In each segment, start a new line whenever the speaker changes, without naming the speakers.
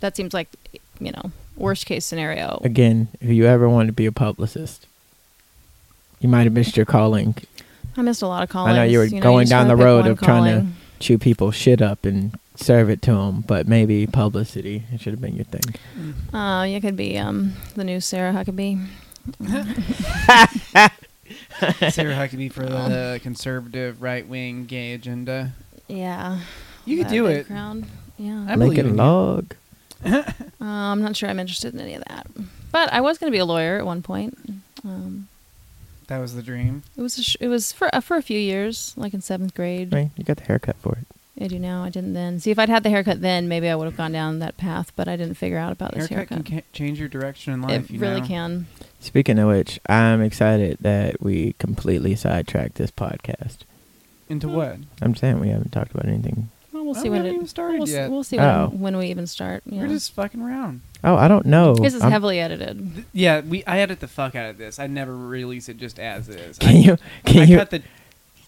That seems like, you know, worst case scenario.
Again, if you ever want to be a publicist, you might have missed your calling.
I missed a lot of callings.
I know you were
you
going
just
down
wanna
the
pick
road
one
of trying to
calling.
chew people's shit up and serve it to them, but maybe publicity it should have been your thing.
Uh, you could be um, the new Sarah Huckabee.
Mm. Sarah Huckabee for the conservative right wing gay agenda.
Yeah.
You could
That
do
big
it.
Crowd. Yeah.
I
Make
believe
it
in you.
log.
Uh, I'm not sure I'm interested in any of that. But I was going to be a lawyer at one point. Um,
That was the dream.
it was a sh- it was for uh, for a few years, like in seventh grade.
Right? You got the haircut for it.
I do now. I didn't then. See, if I'd had the haircut then, maybe I would have gone down that path. But I didn't figure out about this
Haircut,
haircut.
can ca- change your direction in life.
it
you
really
know?
can.
Speaking of which, I'm excited that we completely sidetracked this podcast.
Into what?
I'm saying we haven't talked about anything.
Well, we'll
Well,
see
we
when
haven't
it.
even started
we'll, s-
yet.
we'll see when,
Oh.
when we even start. Yeah.
We're just fucking around.
Oh, I don't know.
this is
I'm-
heavily edited.
Yeah, we. I edit the fuck out of this. I never release it just as is.
Can
I,
you? Can
I
you?
cut the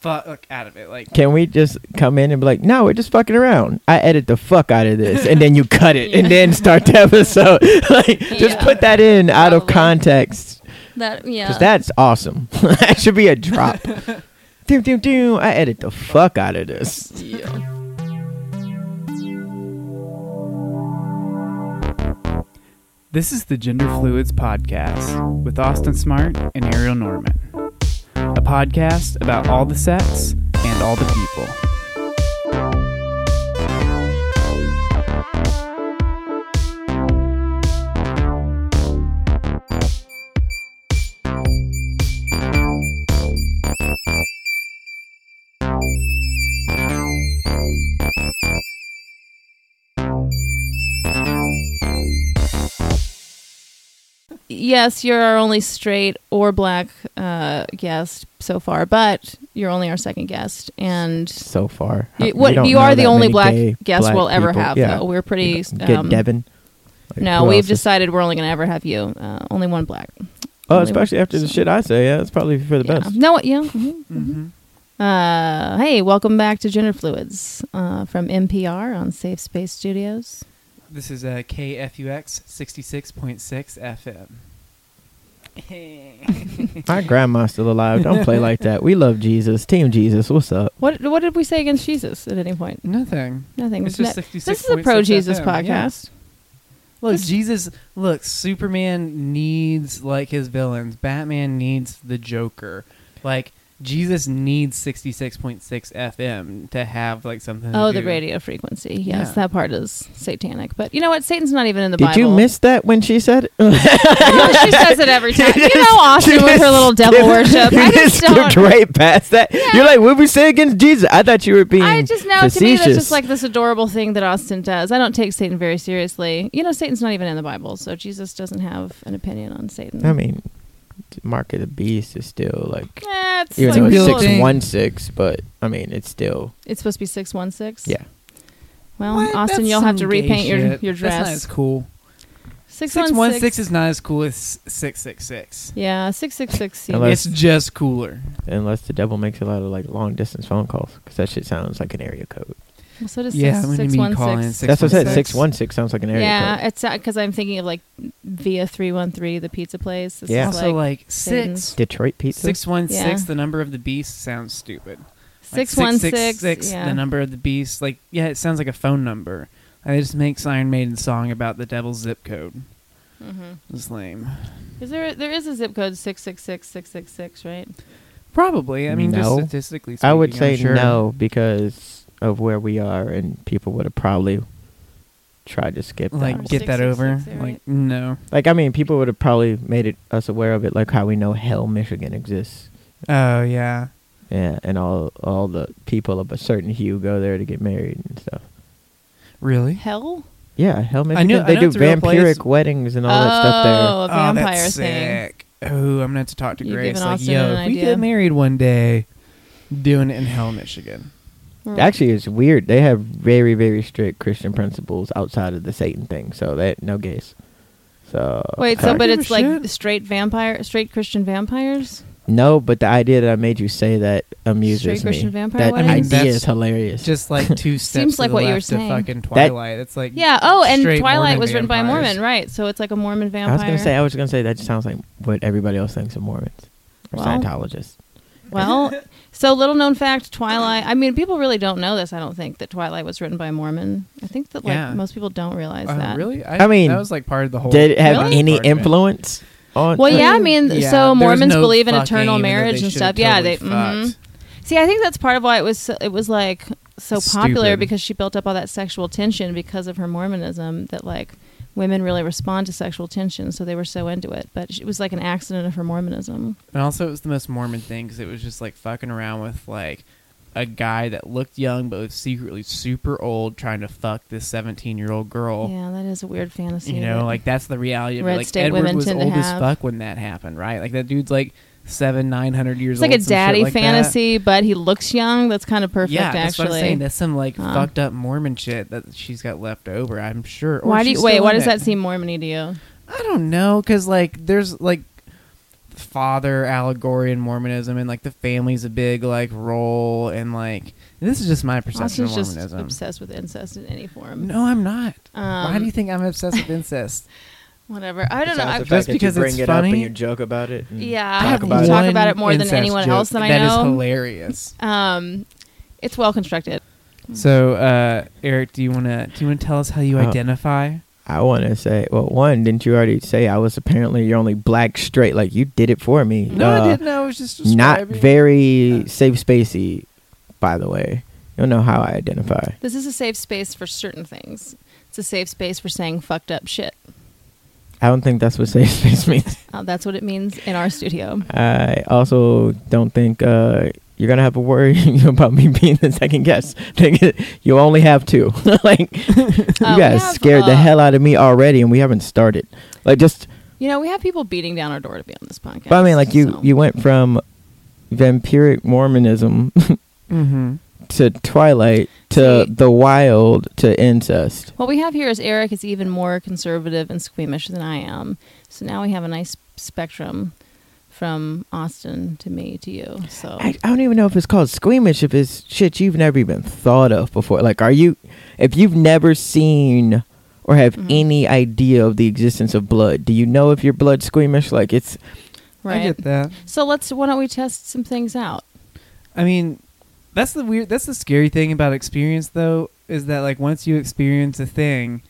fuck out of it. Like
Can we just come in and be like, no, we're just fucking around. I edit the fuck out of this, and then you cut it, and then start the episode. like, just
Yeah.
put that in out of
Probably.
context,
That yeah.
because that's awesome. that should be a drop. doom, doom, doom. I edit the fuck out of this.
yeah.
This is the Gender Fluids Podcast with Austin Smart and Ariel Norman. A podcast about all the sets and all the people.
Yes, you're our only straight or black uh, guest so far, but you're only our second guest, and
So far,
you,
We
what
don't
you are
know
the
that
only
many
black
gay
guest
black
we'll ever
people.
have.
Yeah.
Though we're pretty.
Get
um,
Devin. Like,
no,
who
we've
else is-
decided we're only going to ever have you. Uh, only one black.
Oh,
only-
especially after the shit I say, yeah, it's probably for the
yeah.
best.
No, yeah. mhm.
Mm-hmm.
Uh, hey, welcome back to Gender Fluids uh, from NPR on Safe Space Studios.
This is uh, a KFUX 66.6 FM.
My grandma's still alive. Don't play like that. We love Jesus. Team Jesus. What's up?
What what did we say against Jesus at any point?
Nothing.
Nothing.
It's
No-
just 66.6
this is a pro Jesus
FM, yeah.
podcast.
Look,
This-
Jesus. Look, Superman needs like his villains. Batman needs the Joker. Like Jesus needs 66.6 FM to have like something. to
Oh, the
do.
radio frequency. Yes,
Yeah.
that part is satanic. But you know what? Satan's not even in the
Did
Bible.
you miss that when she said it?
she says it every time.
She
You know,
just-
Austin with
she
her
just-
little devil worship.
You
I just
skipped
don't.
right past that. You're like, what we say against Jesus? I thought you were being
I just know
facetious.
to me that's just like this adorable thing that Austin does. I don't take Satan very seriously. You know, Satan's not even in the Bible, so Jesus doesn't have an opinion on Satan.
I mean, the Mark of the Beast is still like,
Eh, it's,
even
like
though
real
it's
thing.
six one six, but I mean, it's still
it's supposed to be six one six.
yeah.
Well,
What?
Austin,
That's
you'll have to
some gay
repaint your
shit.
your
That's not as
dress.
cool.
Six
Six one six is not as cool as six six six.
Yeah, six six six.
Unless-
It's just cooler.
Unless the devil makes a lot of like long distance phone calls, because that shit sounds like an area code.
So does
Yeah,
six
when you
six
mean
one
call in
six.
six-
that's what I said.
616.
Six one six sounds like an area
Yeah,
code.
it's because I'm thinking of like Via three one three, the pizza place. This
Yeah.
is
Also,
like
like six
Satan's-
Detroit pizza.
six one six.
Yeah.
The number of the beast sounds stupid. Like,
six one six.
666,
yeah.
The number of the beast. Like yeah, it sounds like a phone number. And It just makes Iron Maiden song about the devil's zip code.
Mhm.
It's lame.
Is there there is a zip code six six six six six six, right?
Probably. I mean, just
No.
statistically speaking,
I would
I'm
say
sure.
no because of where we are, and people would have probably tried to skip that.
Like
Or
get that over.
666,
Like
right?
no.
Like I mean, people would have probably made it us aware of it, like how we know Hell, Michigan exists.
Oh yeah.
Yeah, and all all the people of a certain hue go there to get married and stuff.
Really?
Hell.
Yeah, Hell, Michigan.
knew- I
they
know
do
it's a real place.
vampiric weddings and all
oh,
that stuff
a
Oh,
vampire
that's
thing.
sick. Oh, I'm gonna have to talk to
You've
Grace.
given
Like,
Austin
yo,
an
if we
idea.
get married one day, doing it in Hell, Michigan.
there. Actually, it's weird. They have very very strict Christian principles outside of the Satan thing, so that no gays. So
Wait,
I
so
don't
but
give a
it's like
shit.
straight vampire, straight Christian vampires.
No, but the idea that I made you say that amuses
Straight Christian
me.
vampire
that
wedding?
I mean,
idea
that's
is hilarious.
Just like two steps
Seems
to
like
the
what you were
left to
saying.
fucking Twilight. it's like
Yeah. Oh, and
straight
Twilight
Mormon
was written by a
vampires.
Mormon, right? So it's like a Mormon vampire.
I was gonna say. I was gonna say that just sounds like what everybody else thinks of Mormons or
Well.
Scientologists.
Well, so little known fact, Twilight. I mean, people really don't know this. I don't think that Twilight was written by a Mormon. I think that like
Yeah.
most people don't realize
Oh,
that.
really?
I mean,
that was like part of the whole.
Did it have
Really?
any
part of it.
influence on?
Well, yeah. I mean,
Yeah, there
so
was
Mormons
no
believe in
fucking,
eternal
even though
marriage
they
and
should have
stuff. Yeah.
totally
They. mhm.
fucked.
See, I think that's part of why it was. So, it was like so popular
Stupid.
because she built up all that sexual tension because of her Mormonism. That like women really respond to sexual tension, so they were so into it. But it was like an accident of her Mormonism.
And also, it was the most Mormon thing because it was just like fucking around with like a guy that looked young but was secretly super old, trying to fuck this seventeen-year-old girl.
Yeah, that is a weird fantasy.
Oh. You know,
that-
like that's the reality of it.
Red
Like
state
Edward
women
was
tend to
old as
have.
fuck when that happened, right? Like that dude's like seven, nine hundred years
It's
old.
like a
some shit
daddy
like that.
fantasy, but he looks young. That's kind of perfect,
yeah, that's
actually.
what I'm saying. That's some like
Huh.
fucked up Mormon shit that she's got left over. I'm sure. Or
why do
she's
you, wait?
still
Why
in
does
it.
that seem Mormony to you?
I don't know, cause like there's like father allegory in Mormonism, and like the family's a big like role, and like this is just my perception
Austin's
of
just
Mormonism.
obsessed with incest in any form.
No, I'm not. Why
Um,
do you think I'm obsessed with incest?
Whatever. I don't know. I,
fact Just that you because bring it's it up and funny- you
joke about it.
yeah, I
I
have
have
talk
one
about it more than
incest
anyone
joke
else that I
That is
know.
hilarious.
um, it's well constructed.
So, uh, Eric, do you want to do you want to tell us how you
Oh.
identify?
I want to say, well, one, didn't you already say I was apparently your only black straight? Like you did it for me.
No,
Uh,
I didn't. I was just
Not
describing-
very
Yeah.
safe spacey, by the way. You don't know how I identify.
This is a safe space for certain things. It's a safe space for saying fucked up shit.
I don't think that's what safe space means.
Uh, that's what it means in our studio.
I also don't think uh, you're gonna have to worry about me being the second guest. Nigga, you only have two. like
Uh,
you
we
guys
have,
scared the
uh,
hell out of me already, and we haven't started. Like just,
You know, we have people beating down our door to be on this podcast.
but I mean, like you
so.
you went from vampiric Mormonism
Mm-hmm.
to Twilight to
See-
the wild to incest.
What we have here is Eric is even more conservative and squeamish than I am. So now we have a nice spectrum from Austin to me to you. So
I, I don't even know if it's called squeamish if it's shit you've never even thought of before. Like, are you, if you've never seen or have
Mhm.
any idea of the existence of blood, do you know if your blood squeamish? Like, it's
right.
I get that.
So let's why don't we test some things out?
I mean, that's the weird. That's the scary thing about experience, though, is that like once you experience a thing,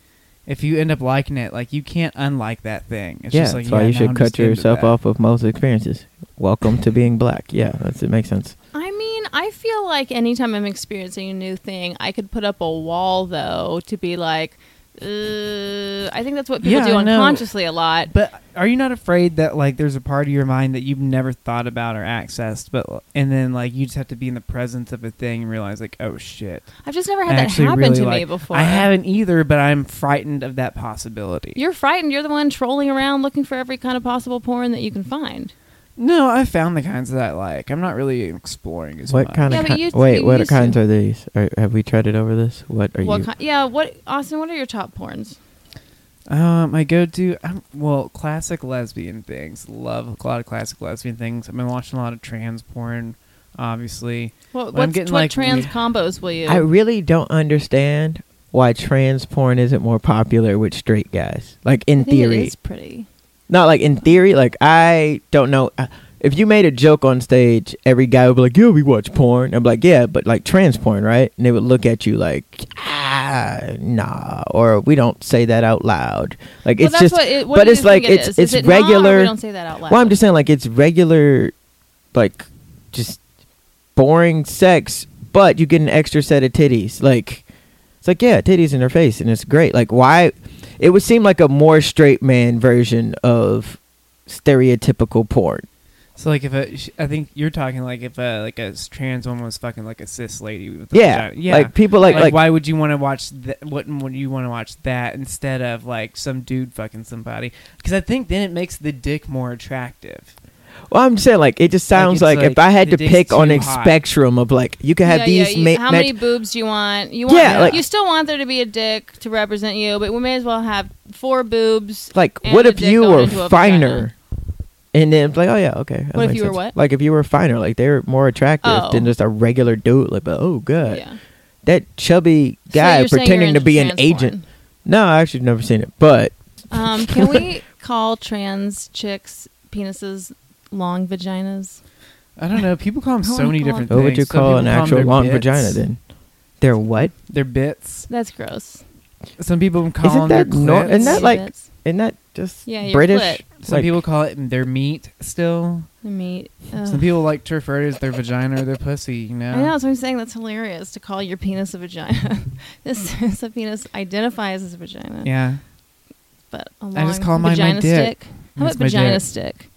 if you end up liking it, like you can't unlike that thing. It's
yeah.
just like,
that's why
yeah,
you
now
should
I'm
cut
just into
yourself
that.
off of most experiences. Welcome to being black. Yeah, that's it. Makes sense.
I mean, I feel like anytime I'm experiencing a new thing, I could put up a wall though to be like uh, I think that's what people
Yeah,
do
I know.
unconsciously a lot.
But are you not afraid that like there's a part of your mind that you've never thought about or accessed, but and then like you just have to be in the presence of a thing and realize like, oh shit,
I've just never
I
had that
actually
happen
really
to me
like-
before.
I haven't either, but I'm frightened of that possibility.
You're frightened. You're the one trolling around looking for every kind of possible porn that you can find.
no, I found the kinds that I like. I'm not really exploring as
What
much.
kind
Yeah,
of
but
con-
you-
wait?
you
what
used
kinds
to-
are these? Are, have we treaded over this? What are
What
you?
ki- yeah, what Austin, what are your top porns?
Um, my go-to, I'm, well, classic lesbian things. Love a lot of classic lesbian things. I've been watching a lot of trans porn, obviously.
What,
I'm
what's, what
getting, like,
trans
we-
combos will you?
I really don't understand why trans porn isn't more popular with straight guys. Like in
I think
theory,
it is pretty.
not like in theory. Like I don't know. I- If you made a joke on stage, every guy would be like, "Yeah, we watch porn." I'm like, "Yeah, but like trans porn, right?" And they would look at you like, "Ah, nah," or "We don't say that out loud." Like
well,
it's
that's
just,
what it, what
but
do you
it's
think
like
it
it's
is?
it's
Is it not, or
regular.
we don't say that out loud.
Well, I'm just saying, like it's regular, like just boring sex, but you get an extra set of titties. Like it's like yeah, titties in her face, and it's great. Like why? It would seem like a more straight man version of stereotypical porn.
So like if a, sh- I think you're talking like if a like a s- trans woman was fucking like a cis lady. With a
Yeah,
vagina. yeah.
Like people like
Like,
like,
why would you want to watch that? Wouldn't would you want to watch that instead of like some dude fucking somebody? Because I think then it makes the dick more attractive.
well, I'm just saying like it just sounds
it's
like, if
like
I had to
the dick's
pick on
too
a
hot.
spectrum of like you could have
yeah,
these
yeah, you-
ma-
how
match-
many boobs do you want? You want
Yeah, like-
you still want there to be a dick to represent you, but we may as well have four boobs.
like
and
what
a
if
dick
you
going
were
into a
finer?
vagina.
And then it's like, oh yeah, okay. that
What if
makes
you were
sense.
what?
Like if you were finer, like they're more attractive
Oh.
than just a regular dude. Like, but oh god,
yeah.
that chubby
So
guy
you're saying
pretending
you're
to be an
into trans
agent. No, I actually never seen it, but
porn. Um, can we call trans chicks penises long vaginas?
I don't know. People call them
I don't
so many
wanna call
different
it-
what
things.
would you
Some people
call an
them
actual
their
long
bits.
vagina then? They're what?
They're bits.
That's gross.
Some people call
Isn't
them their
that nor-
clits.
isn't that
Yeah,
like-
that's
Isn't that just
Yeah, your
British?
clit.
Some
Like,
people call it their meat still.
the meat. Ugh.
Some people like to refer to it as their vagina or their pussy, you know?
I know, that's what I'm saying. That's hilarious to call your penis a vagina. this is a penis identifies as a vagina.
Yeah.
But a long
I just call mine my
vagina
dick.
stick. How about
It's my
vagina
dick.
stick?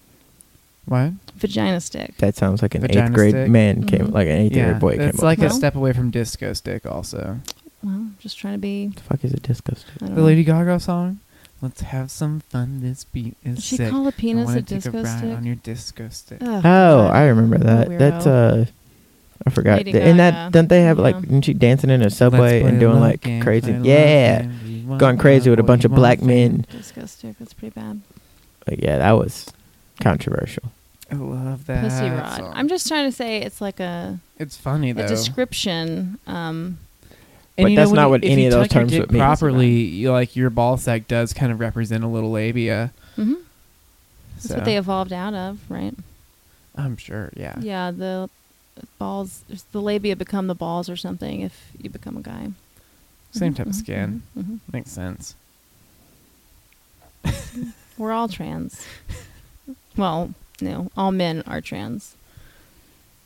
What?
Vagina stick.
that sounds like an
Vagina
eighth grade
stick.
man came,
Mhm.
like an eighth grade boy came.
it's
up.
like
Well-
a step away from disco stick. Also,
Well, just trying to be.
the fuck is a disco stick?
I don't
the
know.
Lady Gaga song. Let's have some fun. This beat
Did
is
she
sick.
call a
I
penis
wanna
a
take
disco
a ride
stick?
on your disco stick.
Ugh,
Oh,
God.
I remember
What a
that. That's
weirdo. Mm-hmm.
uh, I forgot.
Lady
and that
Gaga.
don't they have
Yeah.
like isn't she dancing in a
Let's
subway
play
and doing
love
like
game,
crazy?
play love
Yeah,
game. You want
going crazy
love,
with a
what
bunch
you
of black
want.
men.
Disco stick. That's pretty bad.
Like, yeah, that was controversial.
I love that.
Pussy rod.
song.
I'm just trying to say it's like a,
It's funny
a
though.
description. Um,
But
you
that's
when
not
you-
what
if
any
you
of those
tuck your
terms
dick
would mean.
Properly, you, like your ball sack does kind of represent a little labia.
mhm. That's
So
what they evolved out of, right?
I'm sure. Yeah.
Yeah, the balls, the labia become the balls or something if you become a guy.
Same type of
Mhm,
skin.
mhm, mhm.
Makes sense.
We're all trans. well, no, all men are trans.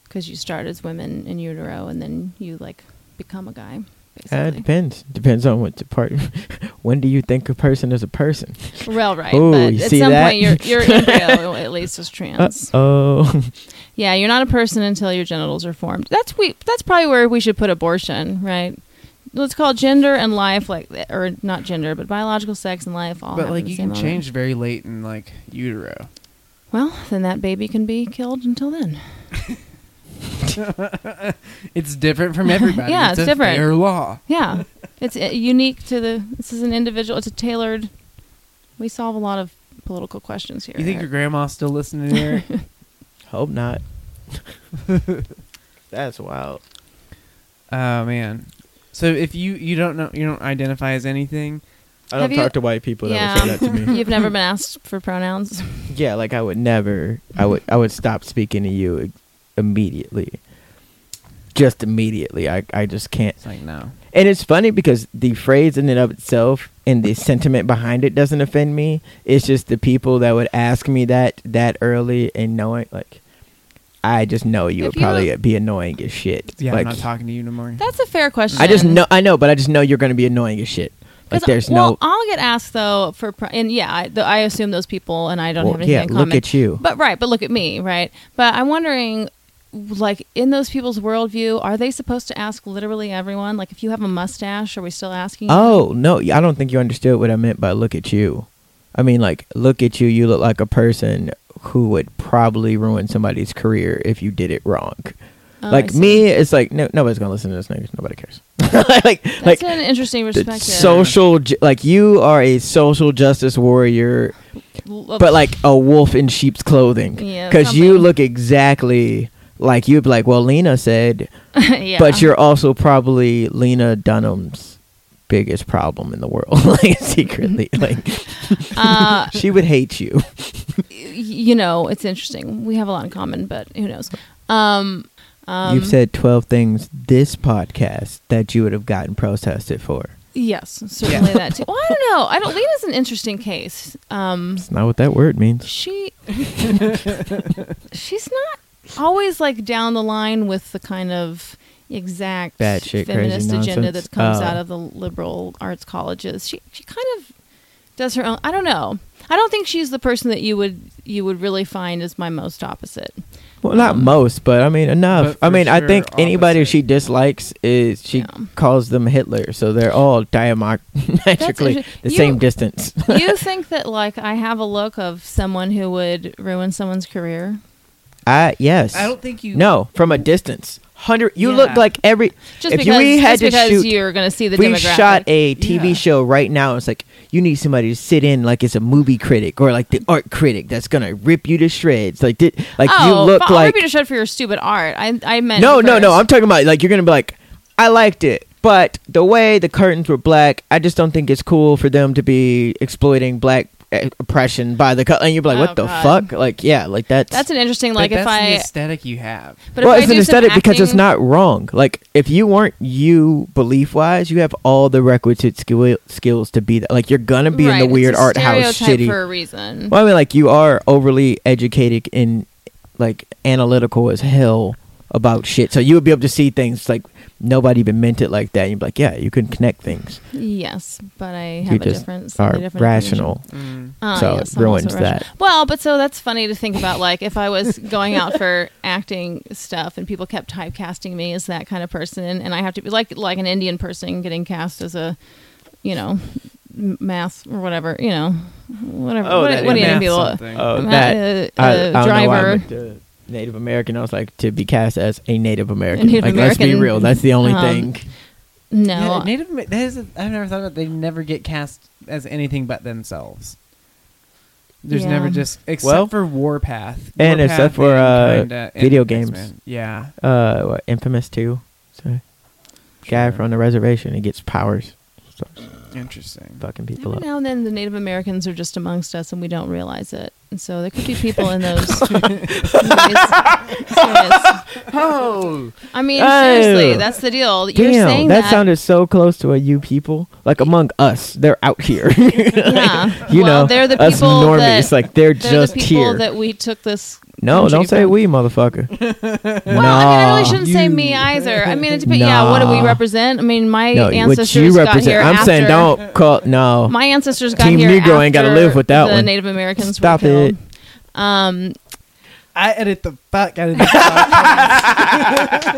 Because you start as women in utero and then you like become a guy.
Uh, it
Basically.
depends. Depends on what part. when do you think a person is a person?
well, right.
Ooh,
but
you
at
see
some
that?
point, your your embryo at least is trans.
Oh,
Yeah, you're not a person until your genitals are formed. That's we. That's probably where we should put abortion, right? Let's call gender and life like, or not gender, but biological sex and life all.
but
happen at
like
the
you
same
can
moment.
change very late in like utero.
Well, then that baby can be killed until then.
It's different from everybody.
Yeah,
it's,
it's
a
different.
Fair law.
Yeah, it's uh, unique to the. This is an individual. It's a tailored. We solve a lot of political questions here.
You think your
Eric.
grandma's still listening to Eric?
hope not. That's wild.
oh man. So if you you don't know you don't identify as anything,
I don't
Have you-
talk to white people that would say that to me.
you've never been asked for pronouns?
yeah, like I would never. I would. I would stop speaking to you i- immediately. Just immediately. I. I just can't.
it's like no.
And it's funny because the phrase in and of itself and the sentiment behind it doesn't offend me. It's just the people that would ask me that that early and knowing like I just know you
If
would probably
you-
be annoying as shit.
Yeah,
like,
I'm not talking to you no more.
That's a fair question.
I just know I know, but I just know you're going to be annoying as shit. Like
'Cause,
there's
well,
no
I'll get asked though for pro- and yeah, I, th I assume those people and I don't
well,
have anything
yeah,
in common.
look at you.
But right, but look at me, right? But I'm wondering, like, in those people's worldview, are they supposed to ask literally everyone? Like, if you have a mustache, are we still asking? you?
Oh, no, I don't think you understood what I meant by look at you. I mean like look at you, you look like a person who would probably ruin somebody's career if you did it wrong.
Oh, I
like
see.
me, it's like no, nobody's gonna listen to this nigga. Nobody cares. like
That's
like
an interesting
the
perspective.
social, ju- like you are a social justice warrior,
L-
but like a wolf in sheep's clothing,
Yeah,
because you
something.
look exactly like you'd be like. Well, Lena said,
yeah. Uh-huh.
but you're also probably Lena Dunham's biggest problem in the world, like secretly,
Mm-hmm.
like
uh,
she would hate you.
y- you know, it's interesting. We have a lot in common, but who knows? Um, um,
You've said twelve things this podcast that you would have gotten protested for.
yes, certainly that too. Well, I don't know. I don't. Lena's an interesting case. Um,
It's not what that word means.
she she's not always like down the line with the kind of exact
Bad shit, crazy
feminist agenda
nonsense.
that comes
Oh.
out of the liberal arts colleges. She she kind of does her own. I don't know. I don't think she's the person that you would you would really find as my most opposite.
Well, not
Um,
most, but I mean enough.
but
I
for
mean, I
sure
think anybody
opposite.
she dislikes is she
Yeah.
calls them Hitler, so they're all diametrically
interesting.
the
You-
same distance.
you think that like I have a look of someone who would ruin someone's career?
I yes.
I don't think you.
No, from a distance, Hundred. You
Yeah.
look like every.
Just
if
because,
we had
just
to
because
shoot,
you're going to see the
if we
demographic.
shot a TV
Yeah.
show right now. It's like you need somebody to sit in like it's a movie critic or like the art critic that's gonna rip you to shreds. Like, did, like
oh,
you look
but I'll
like
rip you to shred for your stupid art. I I meant
no, no, no.
first.
I'm talking about like you're gonna be like, I liked it, but the way the curtains were black, I just don't think it's cool for them to be exploiting black eh, oppression by the cut. And you're like,
Oh,
what the
God.
fuck? Like, yeah, like that's
That's an interesting like
But
if
that's the
I
aesthetic you have.
but
well,
if
it's
I
an
do some
aesthetic because it's
acting-
not wrong. Like, if you weren't you belief wise, you have all the requisite skill- skills to be that. Like, you're gonna be
Right,
in the
it's
weird
a
art house
stereotype
shitty.
for a reason.
Well, I mean, like you are overly educated and like analytical as hell about shit, so you would be able to see things like nobody even meant it like that. And you'd be like, yeah, you can connect things.
Yes, but I
You
have a
just
different
Are
slightly different
rational,
Mm.
definition. Ah, yes,
so it
I'm also
ruins
rational.
that.
Well, but so that's funny to think about. Like, if I was going out for acting stuff and people kept typecasting me as that kind of person, and I have to be like like an Indian person getting cast as a, you know, m- math or whatever, you know, whatever.
Oh,
what,
that
what do
is
Indian
math
people?
something.
Oh,
Ma-
that
uh,
I,
uh,
I don't know why I
driver.
meant to Native American. I was like to be cast as a Native American.
Native
like, let's be
American,
real. That's the only
um,
thing.
No, uh,
Yeah, Native. Amer- That is. A, I've never thought about. They never get cast as anything but themselves. There's
Yeah.
never just except
Well-
for Warpath
And
Warpath
except for,
and
uh,
kinda- and
video games.
X-Men. Yeah.
Uh, what, Infamous Two. So, guy
Sure.
from the reservation. He gets powers. Starts
Interesting.
fucking people
Every
up.
now and then, the Native Americans are just amongst us, and we don't realize it. And so there could be people in those. movies. Serious.
Oh.
I mean,
Oh.
seriously, that's the deal. You're saying
Damn, that,
that,
sounded so close to a you people. Like among us, they're out here.
yeah.
you
well,
know,
they're the
us
people
normies,
that,
like they're,
they're
just
the people
here.
that we took this.
no,
country
don't say
from.
we, motherfucker.
Well, I mean, I really shouldn't say
You.
me either. I mean, it depends. Yeah, what do
Nah.
we represent? I mean, my
no, what
ancestors
you
got
represent.
here
I'm
after.
saying don't call. No,
My ancestors got
Team
here
Negro
after
ain't gotta live with that
the
one.
Native Americans
Stop
were
it.
killed. Um,
I edit the fuck out of this. podcast.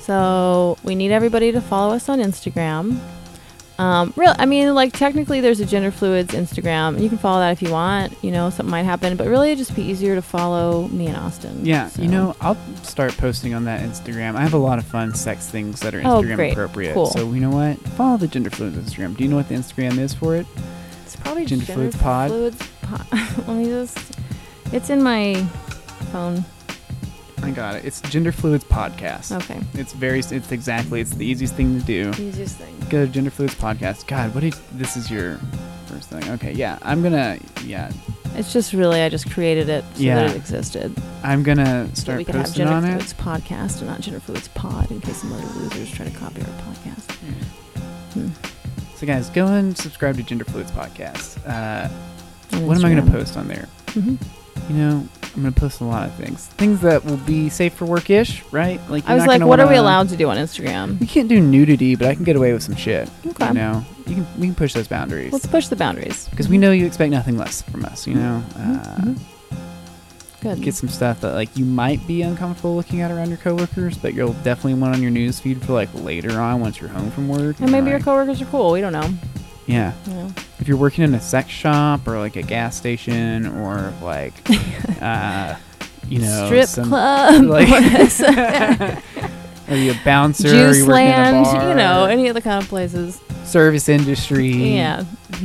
So we need everybody to follow us on Instagram. Um, real, I mean, like technically, there's a gender fluids Instagram, and you can follow that if you want. You know, something might happen, but really, it'd just be easier to follow me and Austin.
yeah,
So-
you know, I'll start posting on that Instagram. I have a lot of fun sex things that are
Oh,
Instagram
great.
appropriate.
Cool.
So you know what? Follow the gender fluid Instagram. Do you know what the Instagram is for it?
it's probably
gender
just
fluids pod?
Fluids pod. Let me just. It's in my phone.
I got it. It's gender fluids podcast.
Okay,
It's very. It's exactly. It's the easiest thing to do.
easiest thing.
Go to Gender Fluids Podcast. God, what is this? Is your first thing? Okay, yeah. I'm gonna. Yeah,
It's just really, I just created it so
Yeah.
that it existed.
I'm
So
gonna
that
start
we could have
posting
gender
on
fluids
it.
podcast and not gender fluids pod in case some other losers try to copy our podcast. Hmm.
So guys, go and subscribe to Gender Fluids Podcast. Uh, what am I gonna post on there?
hmm
You know, I'm gonna post a lot of things. Things that will be safe for work ish, right? Like
I
you're
was like,
not gonna
what are we
wanna-
allowed to do on
We
Instagram?
can't do nudity, but I can get away with some shit.
Okay.
You know, you can we can push those boundaries
Let's push the boundaries.
because we know you expect nothing less from us. You know. Uh,
Mhm. Good.
get some stuff that like you might be uncomfortable looking at around your coworkers, but you'll definitely want on your news feed for like later on once you're home from work.
and maybe
Like,
your coworkers are cool. We don't know.
Yeah,
You know.
if you're working in a sex shop or like a gas station or like, uh, you know,
Strip
some-
club,
like-
yes.
Are you a bouncer? or
juice
you working in a
land,
bar,
you know, any of the kind of places.
service industry.
Yeah.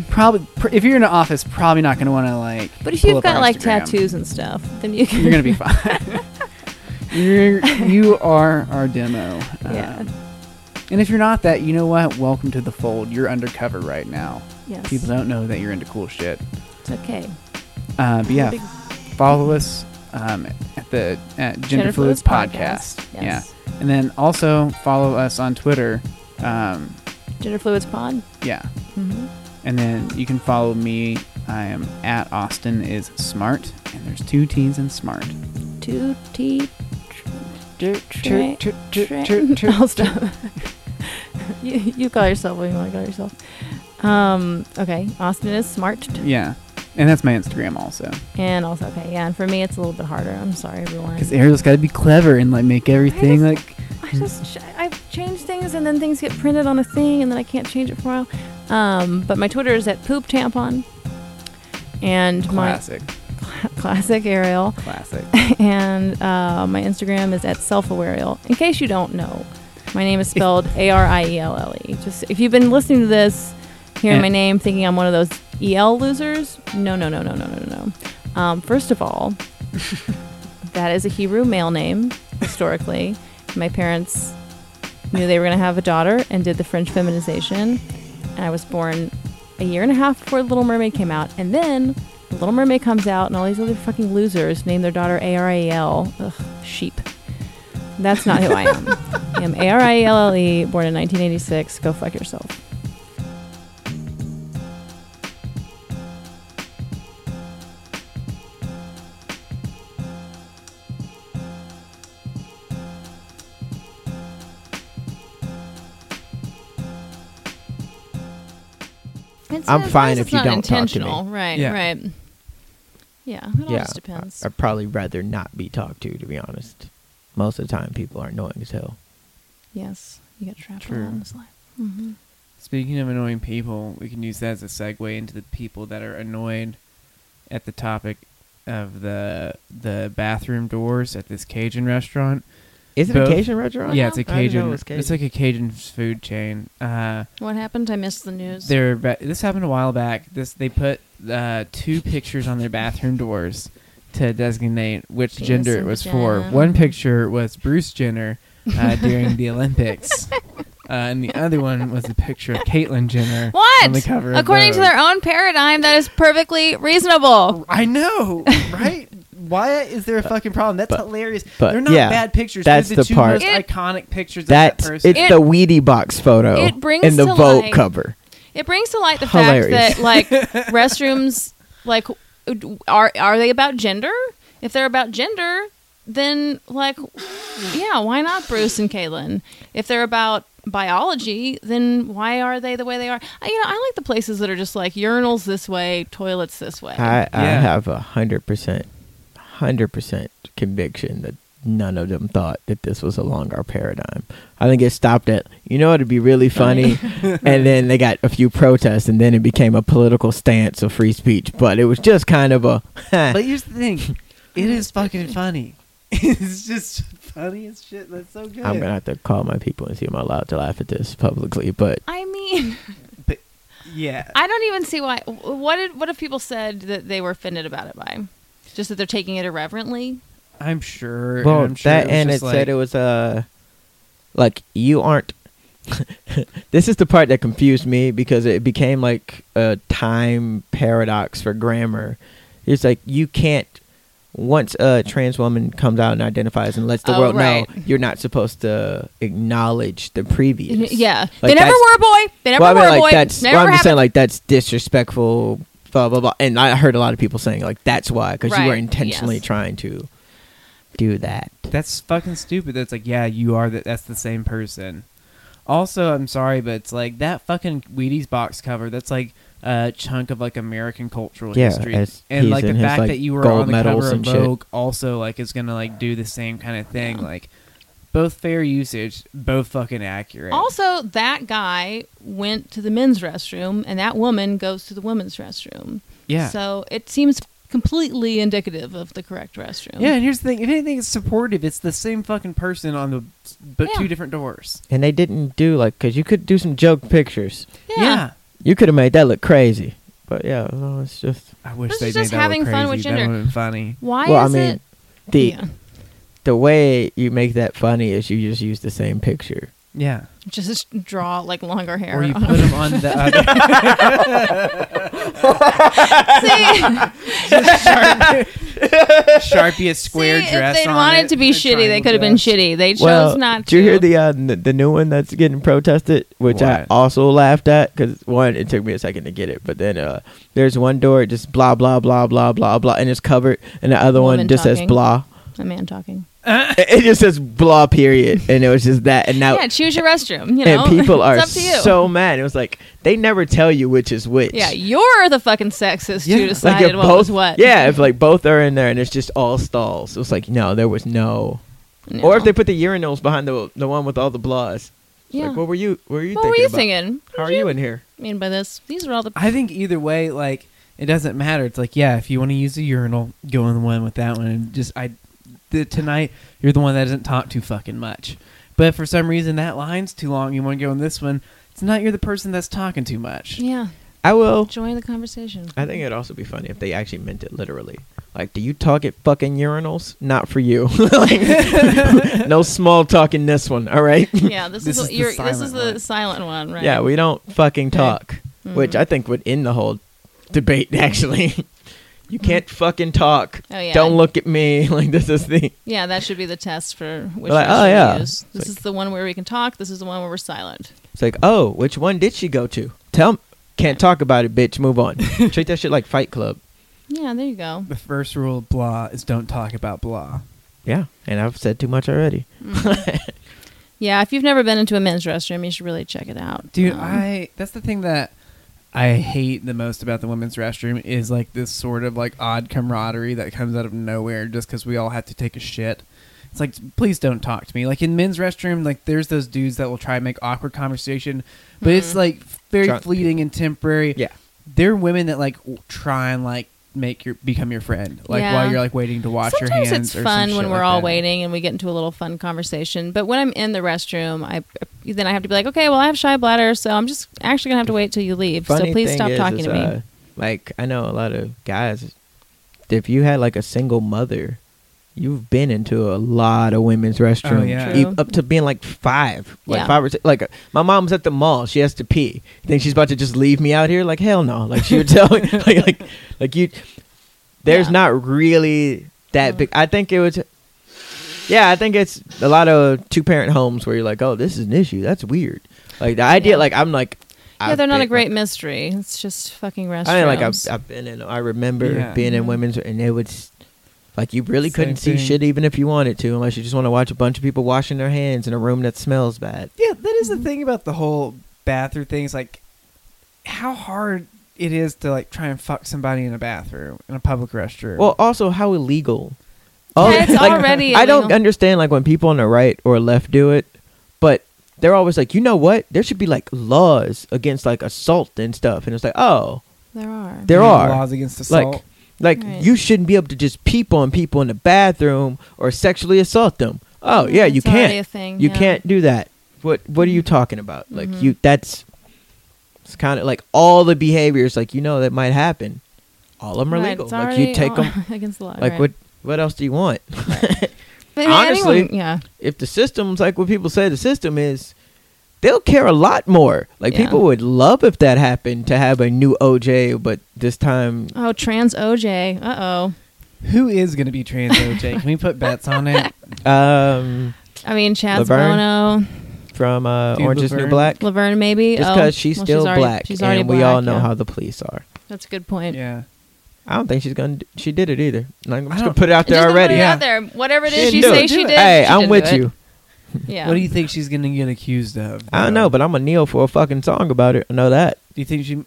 probably. Pr- if you're in an office, probably not going to want to like.
But if
pull
you've
up our
got like
Instagram.
tattoos and stuff, then you can.
you're gonna be fine. you're you are our demo. Um,
Yeah.
and if you're not that, you know what? Welcome to the fold. You're undercover right now.
Yes.
People don't know that you're into cool shit.
It's okay.
Uh, but yeah,
Big-
follow us um, at the at Gender,
Gender
Fluids,
Fluids
Podcast.
Podcast, yes.
Yeah, and then also follow us on Twitter. Um,
Gender fluids pod.
yeah,
hmm
and then you can follow me. I am at Austin is smart, and there's two T's in smart.
Two T.
Tur-
Tra-
tur- tur- tur-
Tra-
tur-
I'll stop. you, you call yourself what you want to call yourself. Um, okay. Austin is smart.
Yeah. And that's my Instagram also.
And also, okay, yeah, and for me, it's a little bit harder. I'm sorry, everyone.
Because Ariel's got to be clever and like make everything
I
like.
I just, ch- I've changed things, and then things get printed on a thing, and then I can't change it for a while. Um, but my Twitter is at poop tampon, and
Classic.
my classic Ariel,
Classic.
and uh, my Instagram is at selfawareal. In case you don't know, my name is spelled A R I E L L E. Just if you've been listening to this, hearing
Eh.
my name, thinking I'm one of those EL losers. No, no, no, no, no, no, no. Um, first of all, that is a Hebrew male name historically. My parents knew they were going to have a daughter and did the French feminization. And I was born a year and a half before Little Mermaid came out. And then The Little Mermaid comes out, and all these other fucking losers name their daughter A R A L. Ugh, sheep. That's not who I am. I am A R I E L L E, born in 1986. Go fuck yourself. It's
I'm
as long
fine
as
if
it's
you
not
don't talk to me.
intentional. Right,
Yeah.
right. Yeah, it all
yeah,
just depends.
I, would probably rather not be talked to, to be honest. Most of the time, people are annoying as hell.
yes, you get trapped
True.
along this life. hmm
Speaking of annoying people, we can use that as a segue into the people that are annoyed at the topic of the the bathroom doors at this Cajun restaurant.
Is it
Both-
a Cajun restaurant?
Yeah, it's a
I didn't know
Cajun,
it was Cajun.
It's like a Cajun food chain. Uh,
What happened? I missed the news.
their ba- this happened a while back. This they put uh, two pictures on their bathroom doors to designate which
Penis
gender it
and
was for.
vagina.
One picture was Bruce Jenner uh, during the Olympics, uh, and the other one was a picture of Caitlyn Jenner on
what?
the cover. of
According to
Vogue.
their own paradigm, that is perfectly reasonable.
I know, right? Why is there a fucking problem? That's hilarious.
but,
They're not
yeah,
bad picictures.
that's
They're
the
the, two
part.
most
It-
iconic pictures
That's
of that person.
it's the Weedy box photo
it brings
and the
to
Vogue
light-
cover.
It brings to light the fact
Hilarious.
that like restrooms, like are are they about gender? If they're about gender, then like yeah, why not Bruce and Caitlin? If they're about biology, then why are they the way they are? I, you know, I like the places that are just like urinals this way, toilets this way.
I, I
Yeah.
have a hundred percent, hundred percent conviction that none of them thought that this was along our paradigm. I think it stopped at you know it'd be really funny, and then they got a few protests, and then it became a political stance of free speech. But it was just kind of a
but here's the thing, it is fucking funny. it's just funny as shit. That's so good.
I'm gonna have to call my people and see if I'm allowed to laugh at this publicly. But
I mean,
But yeah,
I don't even see why. What did what if people said that they were offended about it by? Just that they're taking it irreverently.
I'm sure. and
well,
I'm sure
that
was
and it
just
said
like-
it was uh like you aren't. this is the part that confused me because it became like a time paradox for grammar. It's like you can't. Once a trans woman comes out and identifies and lets the
Oh,
world
right.
know, you're not supposed to acknowledge the previous.
Yeah,
Like,
they never
that's-
were a boy. They never
well, I mean,
were a
like
boy.
that's.
never
well, I'm just saying,
happened.
like that's disrespectful. Blah blah blah. And I heard a lot of people saying like that's why because you were
Right,
intentionally
yes.
trying to do that.
That's fucking stupid. That's like, yeah, you are that. That's the same person. Also, I'm sorry, but it's like that fucking Wheaties box cover. That's like a chunk of like American cultural
Yeah,
history,
as
and
he's
like the
in his,
fact
like,
that you were
gold
on the
medals
cover of
and shit.
Vogue also like is gonna like do the same kind of thing.
Yeah.
Like both fair usage, both fucking accurate.
Also, that guy went to the men's restroom, and that woman goes to the women's restroom.
yeah,
So it seems completely indicative of the correct restroom.
yeah. And here's the thing: if anything is supportive, it's the same fucking person on the but
Yeah.
two different doors.
And they didn't do like because you could do some joke pictures.
Yeah.
You could have made that look crazy. But yeah, no, it's just
I wish
This
they
is
made
just
that look
having fun with
crazy. That
gender.
would've been funny.
Why
well, I
is
mean,
it?
the
yeah.
the way you make that funny is you just use the same picture.
Yeah.
Just draw like longer hair.
Or you
on
put them on the other.
See,
Sharpie a square
see,
dress.
if they
on
wanted
it,
to be
a
shitty, they
triangle
could have been
dress.
shitty. They chose
well,
not
did you
to.
hear the, uh, the the new one that's getting protested, which I
What?
also laughed at because one, it took me a second to get it, but then uh, there's one door it just blah blah blah blah blah blah, and it's covered, and the other one
Woman
just says
talking.
blah.
a man talking.
it it just says blah period, and it was just that, and now
yeah, choose your restroom. You know,
and people are
it's up to you.
so mad. It was like they never tell you which is which.
yeah, you're the fucking sexist
Yeah.
who
Like,
decided
if
what
both,
was what.
Yeah, if like both are in there and it's just all stalls. It was like no, there was no.
No.
Or if they put the urinals behind the the one with all the blahs.
Yeah.
Like, what were you? What were you
What
thinking
were you
about?
thinking?
How are you in here?
I mean, by this, these are all the.
I think either way, like it doesn't matter. It's like yeah, if you want to use a urinal, go in the one with that one. And just I, the, tonight you're the one that doesn't talk too fucking much. But if for some reason that line's too long, you want to go in this one. It's not you're the person that's talking too much.
Yeah,
I will.
join the conversation.
I think it'd also be funny if they actually meant it literally. Like, do you talk at fucking urinals? Not for you. Like, no small talk in this one. All right.
Yeah, this,
This
is,
is
what
the
you're. This is
silent
the
one.
silent one, right? Mm-hmm.
Yeah, we don't fucking
Okay.
talk, which I think would end the whole debate. Actually, you can't fucking talk.
Mm-hmm. Oh, yeah.
Don't look at me like this is the.
Yeah, that should be the test for which
Like,
one
oh,
should we
yeah.
use. This
It's
is the one where we can talk. This is the one where we're silent.
It's like, oh, which one did she go to? Tell. Me. Can't talk about it, bitch. Move on. Treat that shit like Fight Club.
Yeah, there you go.
The first rule of blah is don't talk about blah.
Yeah, and I've said too much already.
Yeah, if you've never been into a men's restroom, you should really check it out,
Dude,
Um,
I that's the thing that I hate the most about the women's restroom is like this sort of like odd camaraderie that comes out of nowhere just because we all have to take a shit. It's like, please don't talk to me. Like in men's restroom, like there's those dudes that will try and make awkward conversation, but
Mm-hmm.
it's like very
Drunk
fleeting and temporary.
Yeah.
there are women that like w- try and like make your become your friend, like
Yeah.
while you're like waiting to wash your hands.
Sometimes it's
or some
fun when
shit
we're
like
all
that.
waiting and we get into a little fun conversation. But when I'm in the restroom, I then I have to be like, okay, well, I have shy bladder, so I'm just actually gonna have to wait till you leave. so please
thing
stop
is,
talking
is,
to me.
uh, like I know a lot of guys. If you had like a single mother, you've been into a lot of women's restrooms, E,
yeah.
True.
up to being like five, like
Yeah.
five or six. Like uh, my mom's at the mall, she has to pee. You think she's about to just leave me out here? Like hell no! Like she would tell me, like, like like you. There's
Yeah.
not really that big. I think it was. Yeah, I think it's a lot of two parent homes where you're like, oh, this is an issue. That's weird. Like the idea,
Yeah.
like I'm like.
yeah,
I've
they're not a
been- like,
great mystery. It's just fucking restrooms.
I mean, like I've, I've been in. I remember
Yeah.
being in
Mhm.
women's, and it was like you really
Same
couldn't see
thing.
shit even if you wanted to, unless you just want to watch a bunch of people washing their hands in a room that smells bad.
Yeah, that is the
Mm-hmm.
thing about the whole bathroom thing. Is like how hard it is to like try and fuck somebody in a bathroom in a public restroom.
Well, also how illegal. Oh,
Yeah, it's already
I don't
illegal.
understand like when people on the right or left do it, but they're always like, you know what? There should be like laws against like assault and stuff, and it's like, oh,
there are.
there are
laws against assault.
Like, like
Right.
you shouldn't be able to just peep on people in the bathroom or sexually assault them. Oh yeah, you
It's already a
can't.
thing,
you
yeah. Mm-hmm.
can't do that. What What are you talking about? Like you, that's it's kind of like all the behaviors. Like you know that might happen. All of them are
Right,
legal.
it's
Like
already
you take
all-
them.
against the law.
like
right.
what What else do you want?
But, I mean,
honestly-
anyone- yeah.
if the system's like what people say, the system is. They'll care a lot more. Like
Yeah.
people would love if that happened to have a new OJ, but this time
Oh, trans OJ. Uh oh.
Who is going to be trans OJ? Can we put bets on it?
um,
I mean, Chad's
Laverne?
Bono,
from uh,
Dude,
Orange is New
Laverne.
Black.
Laverne, maybe.
Just
Oh,
because she's
well,
still
already-
black,
she's already
and we
black,
all know
yeah.
how the police are.
That's a good point.
Yeah.
I don't think she's gonna. Do, she did it either. Like, I'm just
I
gonna
don't-
put it out there
Just gonna
already.
Put it
Yeah.
out there. Whatever it
She
is
didn't
you
do
say
it.
she
Do it.
did.
Hey,
she
I'm
didn't do
with
it.
you.
Yeah.
What do you think she's going to get accused of?
I don't know, but I'm a kneel for a fucking song about it. I know that.
do you think she?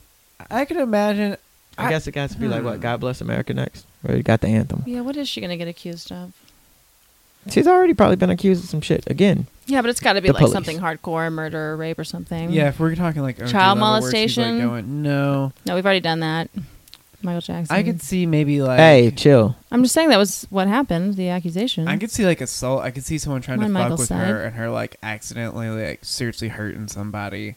I could imagine.
I,
I-
guess it has to be like what?
Hmm.
God bless America next. Where you got the anthem.
Yeah, what is she going to get accused of?
She's already probably been accused of some shit again.
Yeah, but it's got to be
The
like
police.
something hardcore, murder or rape or something.
Yeah, if we're talking like OJ
Child
level where she's, like,
molestation?
going, no,
No, we've already done that. Michael Jackson.
I could see maybe like
hey, chill.
I'm just saying that was what happened, the accusation.
I could see like assault. I could see someone trying
On
to fuck
Michael's
with
side.
her and her like accidentally like seriously hurting somebody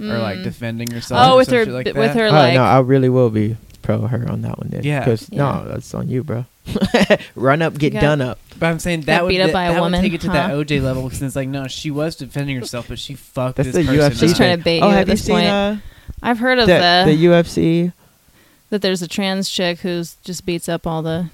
or like
Mm.
defending herself.
Oh,
or
with
some
her
shit like
bi- with
that.
her
Oh
like
no, I really will be pro her on that one then.
Yeah.
Because
Yeah.
no, that's on you, bro. Run up, get
Yeah.
done up.
But I'm saying
Got
that would
beat up
that,
by a
that would
woman,
take it to
huh?
that OJ level because it's like no, she was defending herself, but she fucked
That's
this
the
person.
UFC.
She's
up.
trying to bait
oh,
you at
have you
this
seen
point.
uh,
I've heard of
the,
the,
the UFC?
that there's a trans chick who's just beats up all the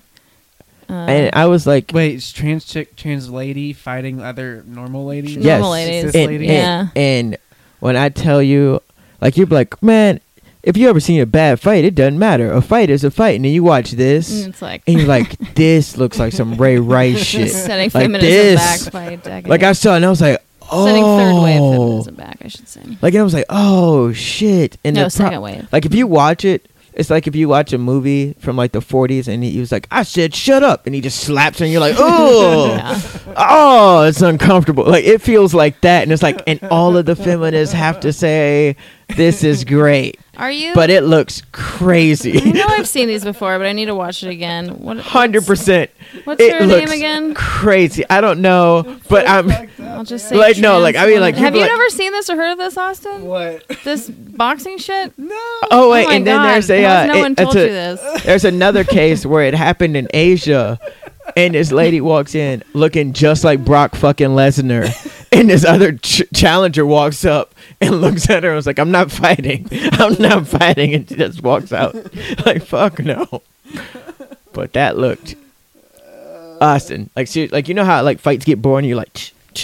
uh,
and I was like,
Wait, is trans chick, trans lady fighting other normal ladies?
Normal Yes. ladies.
Cis
This
and,
lady?
Yeah.
and, and when I tell you, like, you're like, man, if you ever seen a bad fight, it doesn't matter. A fight is a fight. And then you watch this,
and mm, it's like
and you're like, this looks like some Ray Rice shit.
setting
like
feminism
this.
back by a decade.
Like, I saw it, and I was like, oh.
setting third wave feminism back, I should say.
Like, and I was like, oh, shit. And
no,
the pro-
second wave.
Like, if you watch it, It's like if you watch a movie from like the 40s and he was like, I said, shut up. And he just slaps her and you're like, oh,
Yeah.
oh, it's uncomfortable. Like it feels like that. And it's like, and all of the feminists have to say, this is great.
Are you?
But it looks
I
crazy.
know I've seen these before, but I need to watch it again. What?
Hundred percent.
What's her name again?
Crazy. I don't know, but I'm.
I'll just say.
Like, no, like, I mean,
trans
like,
women. have
people
you
like-
never seen this or heard of this, Austin?
What?
This boxing shit.
No.
Oh wait,
my
and then
God.
there's a.
Why
Uh,
has no
it-
one
it's
told
a-
you this.
There's another case where it happened in Asia, and this lady walks in looking just like Brock fucking Lesnar, and this other ch- challenger walks up and looks at her and was like, "I'm not fighting, I'm not fighting," and she just walks out like, "Fuck no." But that looked Austin like see, like you know how like fights get boring. You're like,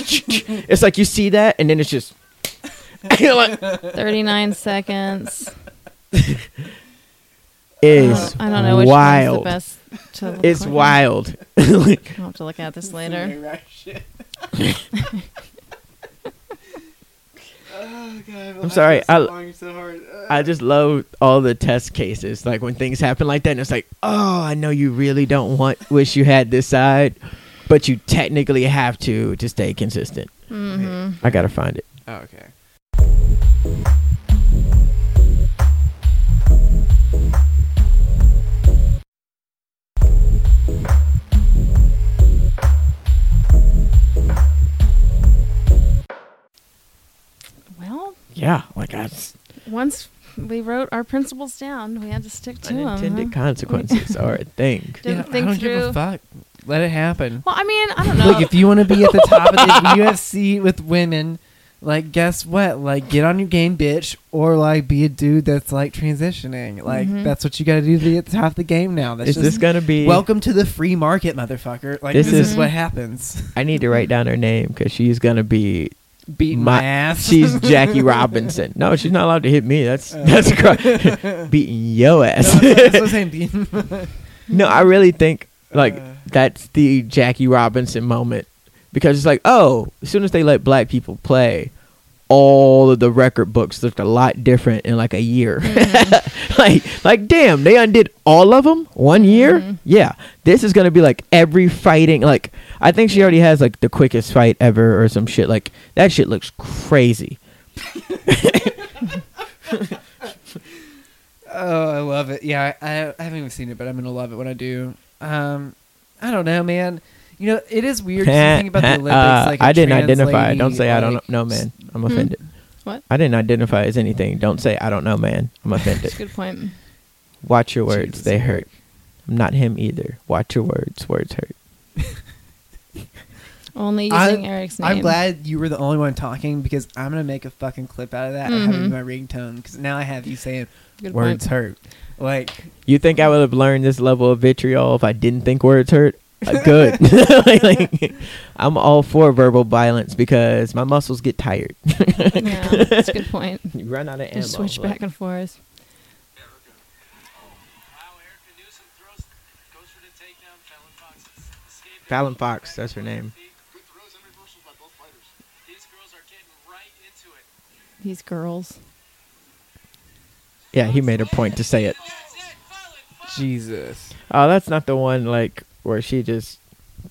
it's like you see that, and then it's just. you're like,
Thirty-nine seconds.
is
I don't know which one's
wild.
the best. To look
It's
at.
wild.
I'll have to look at this later.
oh, God,
I'm sorry, I-
so hard.
I just love all the test cases. Like when things happen like that, and it's like, oh, I know you really don't want, wish you had this side, but you technically have to to stay consistent.
hmm
I gotta find it.
oh, okay.
Well,
Yeah, like that's
once we wrote our principles down, we had to stick to them.
unintended consequences are a thing.
Didn't think
I don't give
through.
a fuck. Let it happen.
Well, I mean, I don't know.
Look, if you want to be at the top of the UFC with women, like, guess what? Like, get on your game, bitch, or like, be a dude that's like transitioning. Like,
Mhm.
that's what you got to do to be at the top of the game now. That's
Is
just
this gonna be?
welcome to the free market, motherfucker. Like,
This
this,
is-
is what happens.
I need to write down her name because she's gonna be.
Beating
My-
my, ass. Uh.
She's Jackie Robinson. No, she's not allowed to hit me. That's that's cr- beating your ass.
that's what I'm saying. Beating.
No, I really think like
Uh.
that's the Jackie Robinson moment because it's like, oh, as soon as they let black people play, all of the record books looked a lot different in like a year. like, like, damn, they undid all of them one year. Yeah, this is gonna be like every fighting. Like, I think she already has like the quickest fight ever or some shit. Like that shit looks crazy.
Oh, I love it. Yeah, I, I haven't even seen it, but I'm gonna love it when I do. Um, I don't know, man. You know, it is weird 'cause you think about the Olympics.
Uh,
like a
I didn't
trans
identify.
lady,
don't say I don't
like-
know, man. I'm offended.
What?
I didn't identify as anything. Don't say I don't know, man. I'm
That's a
offended.
good point.
Watch your words;
Jesus,
they
Eric.
hurt. I'm not him either. Watch your words; words hurt.
Only
I-
using Eric's name.
I'm glad you were the only one talking because I'm gonna make a fucking clip out of that and have
Mhm.
it be my ringtone because now I have you saying
Good
words
point.
hurt. Like
You think I would have learned this level of vitriol if I didn't think words hurt? Uh, good. Like, like, I'm all for verbal violence because my muscles get tired.
yeah, that's a good point.
you run out of ammo.
Just switch
like-
back and forth.
Wow, Erica Newsom throws, goes for the takedown. Fallon Fox escaping.
Fallon Fox, that's her name.
Good throws and reversals by both fighters. These girls are getting right into it.
These girls.
Yeah, he made a point to say it.
That's it, Fallon Fox.
Jesus.
Oh, that's not the one like where she just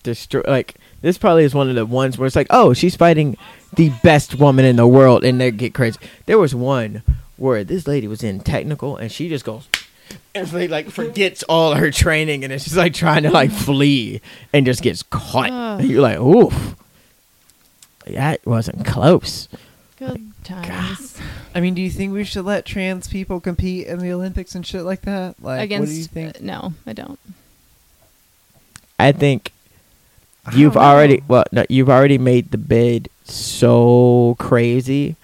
destroy. Like this probably is one of the ones where it's like, oh, she's fighting the best woman in the world, and they get crazy. There was one where this lady was in technical, and she just goes. And she, like forgets all her training, and it's just like trying to like flee, and just gets caught.
Ugh.
And you're like, oof, that wasn't close.
Good times.
I mean, do you think we should let trans people compete in the Olympics and shit like that? Like,
Against
what do you think?
uh, no, I don't.
I think you've already well, no, you've already made the bid so crazy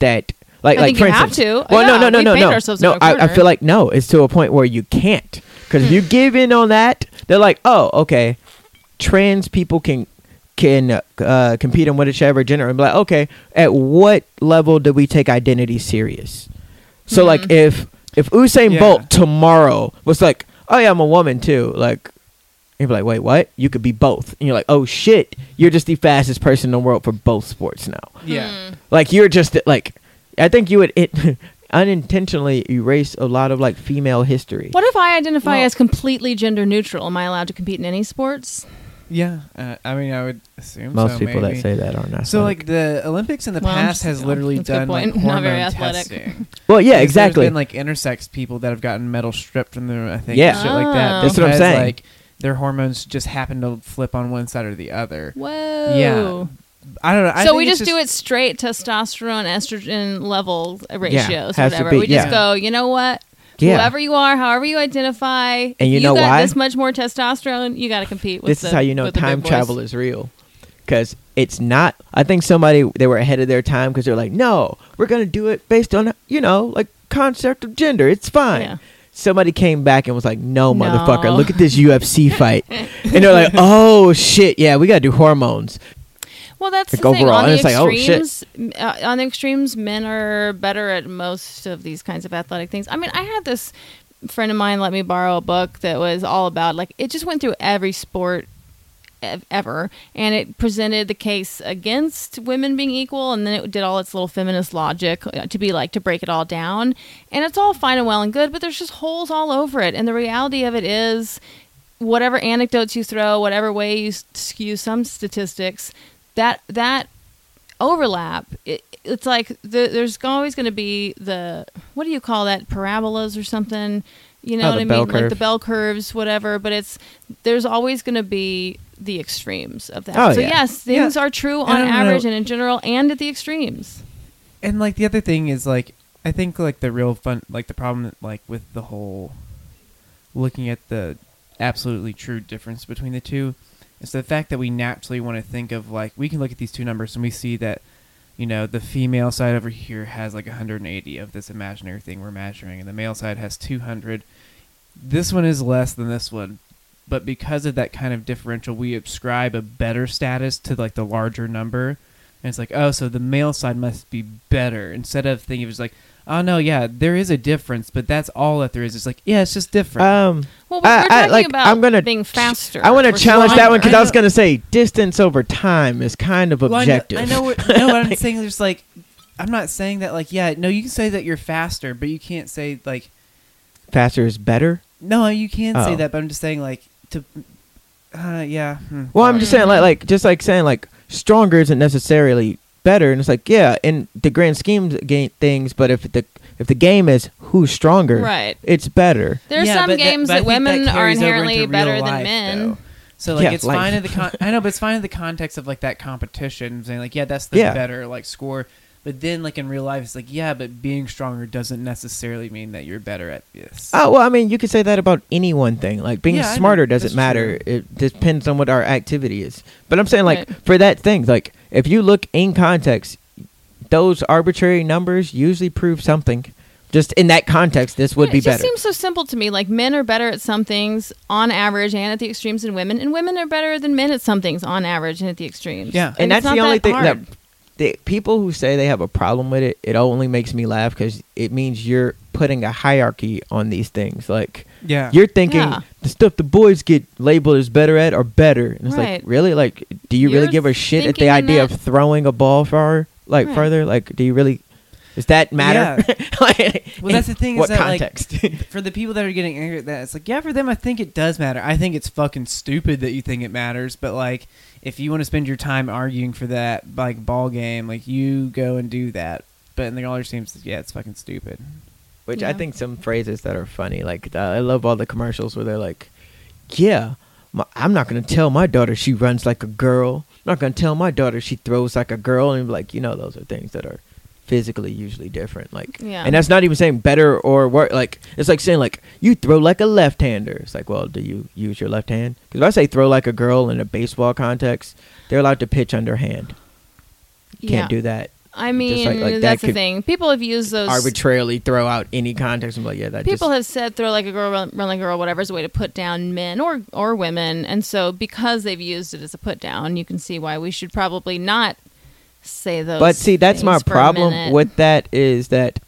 that like
I
like
think
for
you have
instance,
to. Oh,
well,
Yeah,
no, no,
we
no, no,
paint
no,
ourselves
no.
into a
I, I
corner. Hmm.
feel like no, it's to a point where you can't because if you give in on that, they're like, oh, okay, trans people can can uh, compete in whichever gender and be like, okay, at what level do we take identity serious? So
Hmm.
like if if Usain
Yeah.
Bolt tomorrow was like, oh yeah, I'm a woman too, like. You'd be like, wait, what? You could be both. And you're like, oh shit, you're just the fastest
Hmm.
Mm-hmm.
person in the world for both sports now.
Yeah.
Like you're just like, I think you would. It, unintentionally erase a lot of like female history.
What if I identify
Well-
as completely gender neutral? Am I allowed to compete in any sports?
Yeah, uh, I mean, I would assume
Most
so,
people
maybe.
that say that aren't athletic.
So like the Olympics in the
Well, I'm
past
just-
has literally
that's a good
done like
point. Not
hormone
very athletic.
testing.
well, yeah,
Because
exactly.
There's been like intersex people that have gotten metal stripped from them. I think.
Yeah.
and shit like that.
Oh. That's
what I'm
because,
saying.
Like their hormones just happen to flip on one side or the other.
Whoa.
Yeah. I don't know. I
so
think
we
it's
just, do it straight testosterone estrogen level ratios
has to
whatever
be-
we just
yeah.
go you know what
yeah.
whoever you are however you identify
And you
if
know
got
why?
this much more testosterone you got to compete with
this is
the-
how you know
with the
time
big boys.
travel is real because it's not i think somebody they were ahead of their time because they're like no we're gonna do it based on you know like concept of gender it's fine
Yeah.
somebody came back and was like no
No.
motherfucker look at this ufc fight and they're like oh shit yeah we gotta do hormones
well that's
Like,
the thing
overall,
on the
it's like, oh, shit.
extremes uh, on the extremes men are better at most of these kinds of athletic things i mean i had this friend of mine let me borrow a book that was all about like it just went through every sport ev- ever and it presented the case against women being equal and then it did all its little feminist logic uh, to be like to break it all down and it's all fine and well and good but there's just holes all over it and the reality of it is whatever anecdotes you throw whatever way you s- skew some statistics that that overlap it, it's like the, there's always going to be the what do you call that parabolas or something you know
Oh,
what
the
i mean
bell
like the
curve.
bell curves whatever but it's there's always going to be the extremes of that
Oh,
so
yeah.
yes things are true
And I
on
don't
average
know-
and in general and at the extremes
and like the other thing is like I think like the real fun like the problem like with the whole looking at the absolutely true difference between the two is the fact that we naturally want to think of like we can look at these two numbers and we see that you know the female side over here has like 180 of this imaginary thing we're measuring and the male side has 200 this one is less than this one but because of that kind of differential we ascribe a better status to like the larger number and it's like oh so the male side must be better instead of thinking it's like oh no yeah there is a difference but that's all that there is it's like yeah it's just different
um
well we're,
I-
we're
I-
talking
like,
about
I'm gonna
being faster
i want
or
to challenge that one because
stronger.
i
I
was
know-
going to say distance over time is kind of
Well, I know-
objective
I know, what, no, what I'm saying There's like, I'm not saying that like, yeah, no, you can say that you're faster, but you can't say like,
faster is better
no, you can
Oh.
say that, but I'm just saying like to, uh, yeah. hmm,
Well, I'm
sorry.
just saying, like, like, just like saying, like, stronger isn't necessarily better, and it's like, yeah, in the grand scheme of ga- things, but if the if the game is who's stronger,
Right.
it's better.
there are
Yeah,
some
but
games
but I
that,
think
women are
carries over
inherently
into
better
real
than
life,
men
though. So like
Yeah,
it's
life.
fine in the con- I know, but it's fine in the context of like that competition. Saying like, yeah, that's the
Yeah.
better like score. But then like in real life, it's like, yeah, but being stronger doesn't necessarily mean that you're better at this.
Oh well, I mean, you could say that about any one thing. Like being
Yeah, I know.
smarter doesn't
That's
matter. It depends on what our activity is. But I'm saying, like,
Right.
for that thing, like, if you look in context, those arbitrary numbers usually prove something. Just in that context, this would
Yeah,
be
it just
better.
seems so simple to me. Like men are better at some things on average and at the extremes than women, and women are better than men at some things on average and at the extremes.
Yeah.
and,
it's
that's
not
the only thing
hard.
that the people who say they have a problem with it it only makes me laugh because it means you're putting a hierarchy on these things like
yeah,
you're thinking
Yeah.
the stuff the boys get labeled as better at are better and it's like
Right.
really like do you
You're
really give a shit at
thinking
the idea
that-
of throwing a ball far like
Right.
further like do you really does that matter Like,
Well, that's the thing is
what
that, like,
context
for the people that are getting angry at that, it's like, yeah, for them, I think it does matter. I think it's fucking stupid that you think it matters, but like, if you want to spend your time arguing for that like ball game, like you go and do that. But in the other teams, yeah, it's fucking stupid.
Which I
Yeah.
think some phrases that are funny. Like uh, I love all the commercials where they're like, "Yeah, my, I'm not gonna tell my daughter she runs like a girl. I'm not gonna tell my daughter she throws like a girl." And like you know, those are things that are physically usually different. Like,
Yeah.
and that's not even saying better or worse. Like it's like saying like you throw like a left-hander. It's like, well, do you use your left hand? Because if I say throw like a girl in a baseball context, they're allowed to pitch underhand. Can't
Yeah.
do that.
I
Just
mean,
like- like that
that's the
could
thing. People have used those.
Arbitrarily throw out any context. I'm like, yeah, that
people
just,
have said throw like a girl, run, run like a girl, whatever is a way to put down men or or women, and so because they've used it as a put down, you can see why we should probably not say those.
But see, that's my
things for a
problem
minute.
with that is that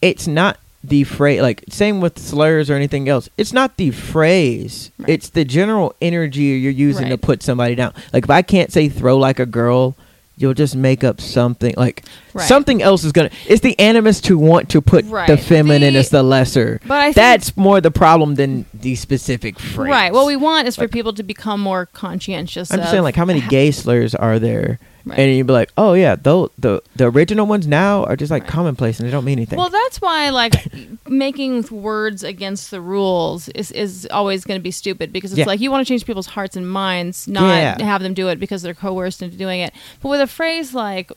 it's not the phrase. Like same with slurs or anything else. It's not the phrase.
Right.
It's the general energy you're using to
Right.
put somebody down. Like if I can't say throw like a girl, you'll just make up something like
Right.
something else is gonna. It's the animus to want to put the
Right.
feminine
The-
as the lesser.
but I think-
that's more the problem than the specific phrase.
Right. What we want is for
Like-
people to become more conscientious.
I'm just
of
saying, like, how many gay slurs are there?
Right.
And you'd be like, oh yeah, though the the original ones now are just like
Right.
commonplace and they don't mean anything.
Well, that's why like making words against the rules is is always going to be stupid because it's
Yeah.
like you want to change people's hearts and minds, not
Yeah.
have them do it because they're coerced into doing it. But with a phrase like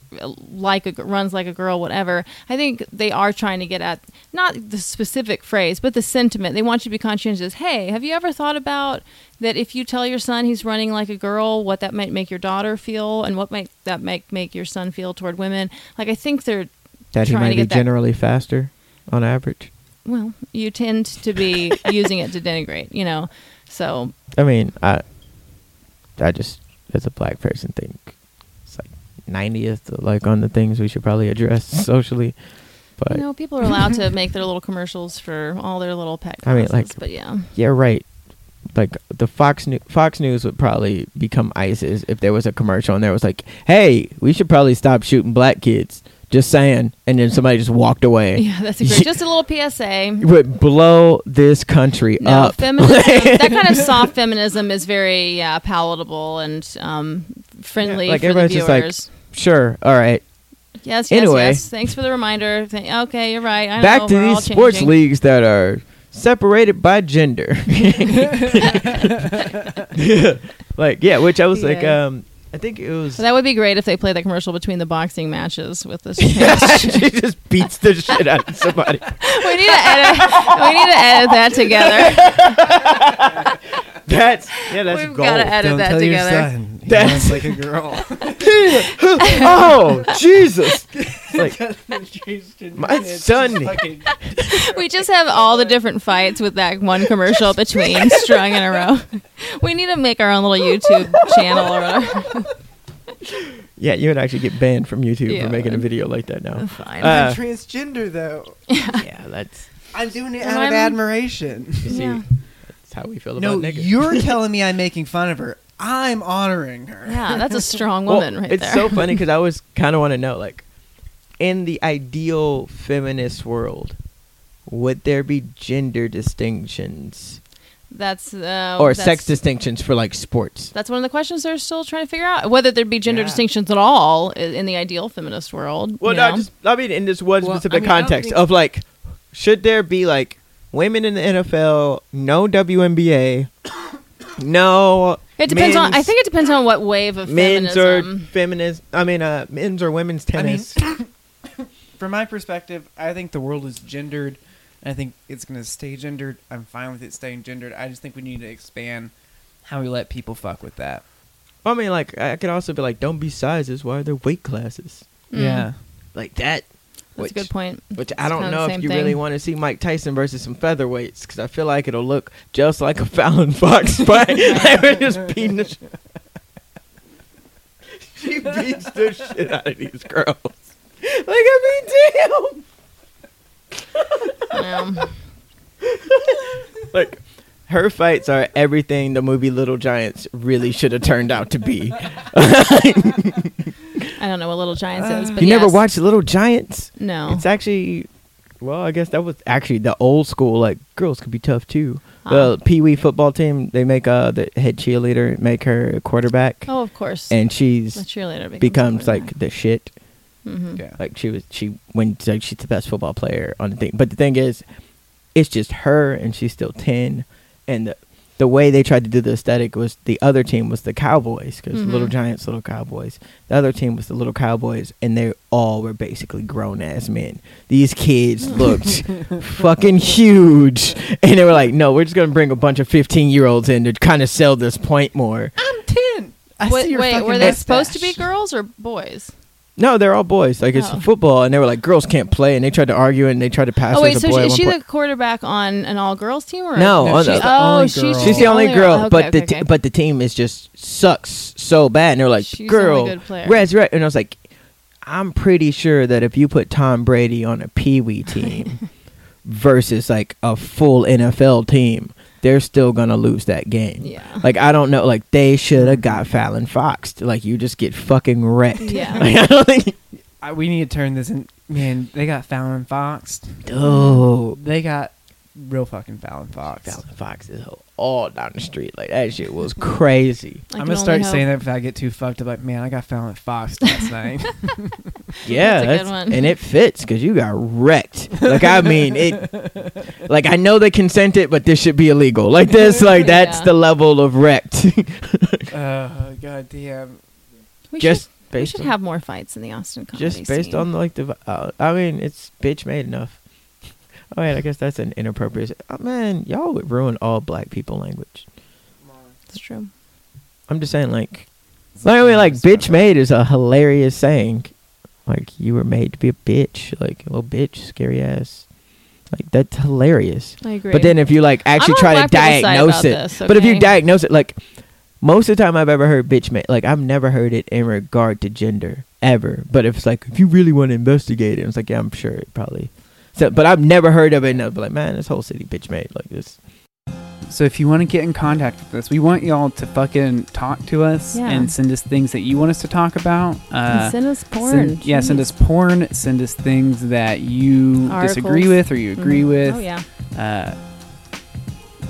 like a, g- runs like a girl, whatever, I think they are trying to get at not the specific phrase, but the sentiment. They want you to be conscientious. Hey, have you ever thought about that if you tell your son he's running like a girl, what that might make your daughter feel, and what might that make make your son feel toward women? Like I think they're
that he
trying
might
to
be
get that-
generally faster on average.
well, you tend to be using it to denigrate, you know. So
I mean, I I just as a black person think it's like ninetieth like on the things we should probably address socially. But
you know, people are allowed to make their little commercials for all their little pet.
I mean,
causes,
like-
but yeah,
yeah, right. Like the Fox New- Fox News would probably become ISIS if there was a commercial and there was like, "Hey, we should probably stop shooting black kids." Just saying, and then somebody just walked away.
yeah, that's a great, just a little PSA.
would blow this country
No,
up.
feminism. that kind of soft feminism is very yeah, palatable and um, friendly
Yeah, like
for the
everybody's just like,
viewers.
sure, all right.
yes, yes,
anyway.
yes. Thanks for the reminder. Th- Okay, you're right. I
Back
know,
to
we're all
these sports
changing.
leagues that are separated by gender. like yeah, which I was like,
Yeah.
um, I think it was.
That would be great if they played that commercial between the boxing matches with this.
she just beats the shit out of somebody.
we need to edit. We need to edit that together.
That's yeah, that's
We've
gold.
got to edit
Don't
that
tell
together.
your son. He
That's-
runs like a girl.
oh Jesus! Like my son.
We just have all the different fights with that one commercial between strung in a row. We need to make our own little YouTube channel or whatever.
Yeah, you would actually get banned from YouTube
Yeah.
for making a video like that now.
Fine.
Uh,
transgender though.
yeah, that's,
I'm doing it
And
out of
I'm-
admiration.
you see,
Yeah.
that's how we feel
No,
about niggas.
you're telling me I'm making fun of her. I'm honoring her.
yeah, that's a strong woman right
it's
there.
so funny because I always kind of want to know, like, in the ideal feminist world, would there be gender distinctions
That's uh,
or
that's,
sex distinctions for like sports?
That's one of the questions they're still trying to figure out whether there'd be gender
Yeah.
distinctions at all i- in the ideal feminist world.
Well,
you
no,
know?
just I mean in this one
Well,
specific
I mean, I don't
context
think-
of like, should there be like women in the NFL, no WNBA, no?
it depends on.
men's-
I think it depends on what wave of
men's
feminism.
or feminist. I mean, uh, men's or women's
I mean,
tennis.
From my perspective, I think the world is gendered. I think it's going to stay gendered. I'm fine with it staying gendered. I just think we need to expand how we let people fuck with that.
I mean, like I could also be like, don't be sizes. Why are there weight classes?
Mm.
Like that.
that's a good point.
Which I
It's
don't
kinda the
know if
same
you really
thing.
want to see Mike Tyson versus some featherweights because I feel like it'll look just like a Fallon Fox fight. they were just beating the. Sh- she beats the shit out of these girls. Like I mean,
Yeah.
damn. Like her fights are everything the movie Little Giants really should have turned out to be.
I don't know what Little Giants is,
Uh,
but
you never
yes.
watched Little Giants?
No,
It's actually, well, I guess that was actually the old school. Like girls could be tough too.
Ah.
The Pee Wee football team, they make uh the head cheerleader make her a quarterback,
Oh, of course.
and
the
she's
cheerleader becomes,
becomes like the shit.
hmm
Yeah.
Like she was, she when like she's the best football player on the thing. But the thing is, it's just her, and she's still ten, and the. The way they tried to do the aesthetic was the other team was the Cowboys because
Mhm.
Little Giants, Little Cowboys. The other team was the Little Cowboys, and they all were basically grown ass men. These kids looked fucking huge. And they were like, no, we're just going to bring a bunch of 15 year olds in to kind of sell this point more.
I'm 10. I
Wait,
see your
wait,
fucking
were they
mustache.
supposed to be girls or boys?
No, they're all boys. Like, it's
Oh.
football. And they were like, girls can't play. And they tried to argue and they tried to pass
oh
her
wait,
as
so
a boy.
she,
at
is
one
she
point.
the quarterback on an all girls team or
No,
No,
on
she's
the-
the
Oh,
only
she's
girl.
She's the only girl,
okay,
but the
okay.
t- but the team is just sucks so bad. And they're like,
She's the
girl,
only good player."
Reds, Red. And I was like, I'm pretty sure that if you put Tom Brady on a Pee Wee team versus like a full NFL team, they're still gonna lose that game.
Yeah.
Like I don't know. Like they should have got Fallon Fox. Like you just get fucking wrecked.
Yeah.
Like, I don't think.
I, we need to turn this in. Man, they got Fallon Fox.
Oh,
They got real fucking Fallon Fox.
Fallon Fox is all down the street. Like that shit was crazy.
I
I'm
can
gonna start
only hope.
saying that if I get too fucked up. Like, man, I got Fallon Fox last night.
Yeah,
That's a good one.
and it fits because you got wrecked. Like I mean, it. Like I know they consented, but this should be illegal. Like this, like that's
Yeah.
the level of wrecked.
Oh god damn.
We
just
should, we
based
should
on,
have more fights in the Austin comedy
just based
scene.
on like the. Uh, I mean, it's bitch made enough. Oh man, I guess that's an inappropriate. Oh, man, y'all would ruin all black people language.
It's true.
I'm just saying, like, like I mean, like bitch made is a hilarious saying. Like you were made to be a bitch, like little bitch, scary ass. Like that's hilarious.
I agree.
But then if you like actually
on
try to
black people's side
diagnose it,
about this,
but if you
okay?
diagnose it, like most of the time I've ever heard bitch made, like I've never heard it in regard to gender ever. But if it's like if you really want to investigate it, it's like yeah, I'm sure it probably. So, but I've never heard of it. And I'd be like, man, this whole city bitch made like this.
So if you want to get in contact with us, we want y'all to fucking talk to us
Yeah.
and send us things that you want us to talk about. Uh,
And send us porn.
send- yeah, send
Jeez.
us porn. Send us things that you disagree
Articles.
with or you agree
Mhm.
with.
Oh yeah.
uh,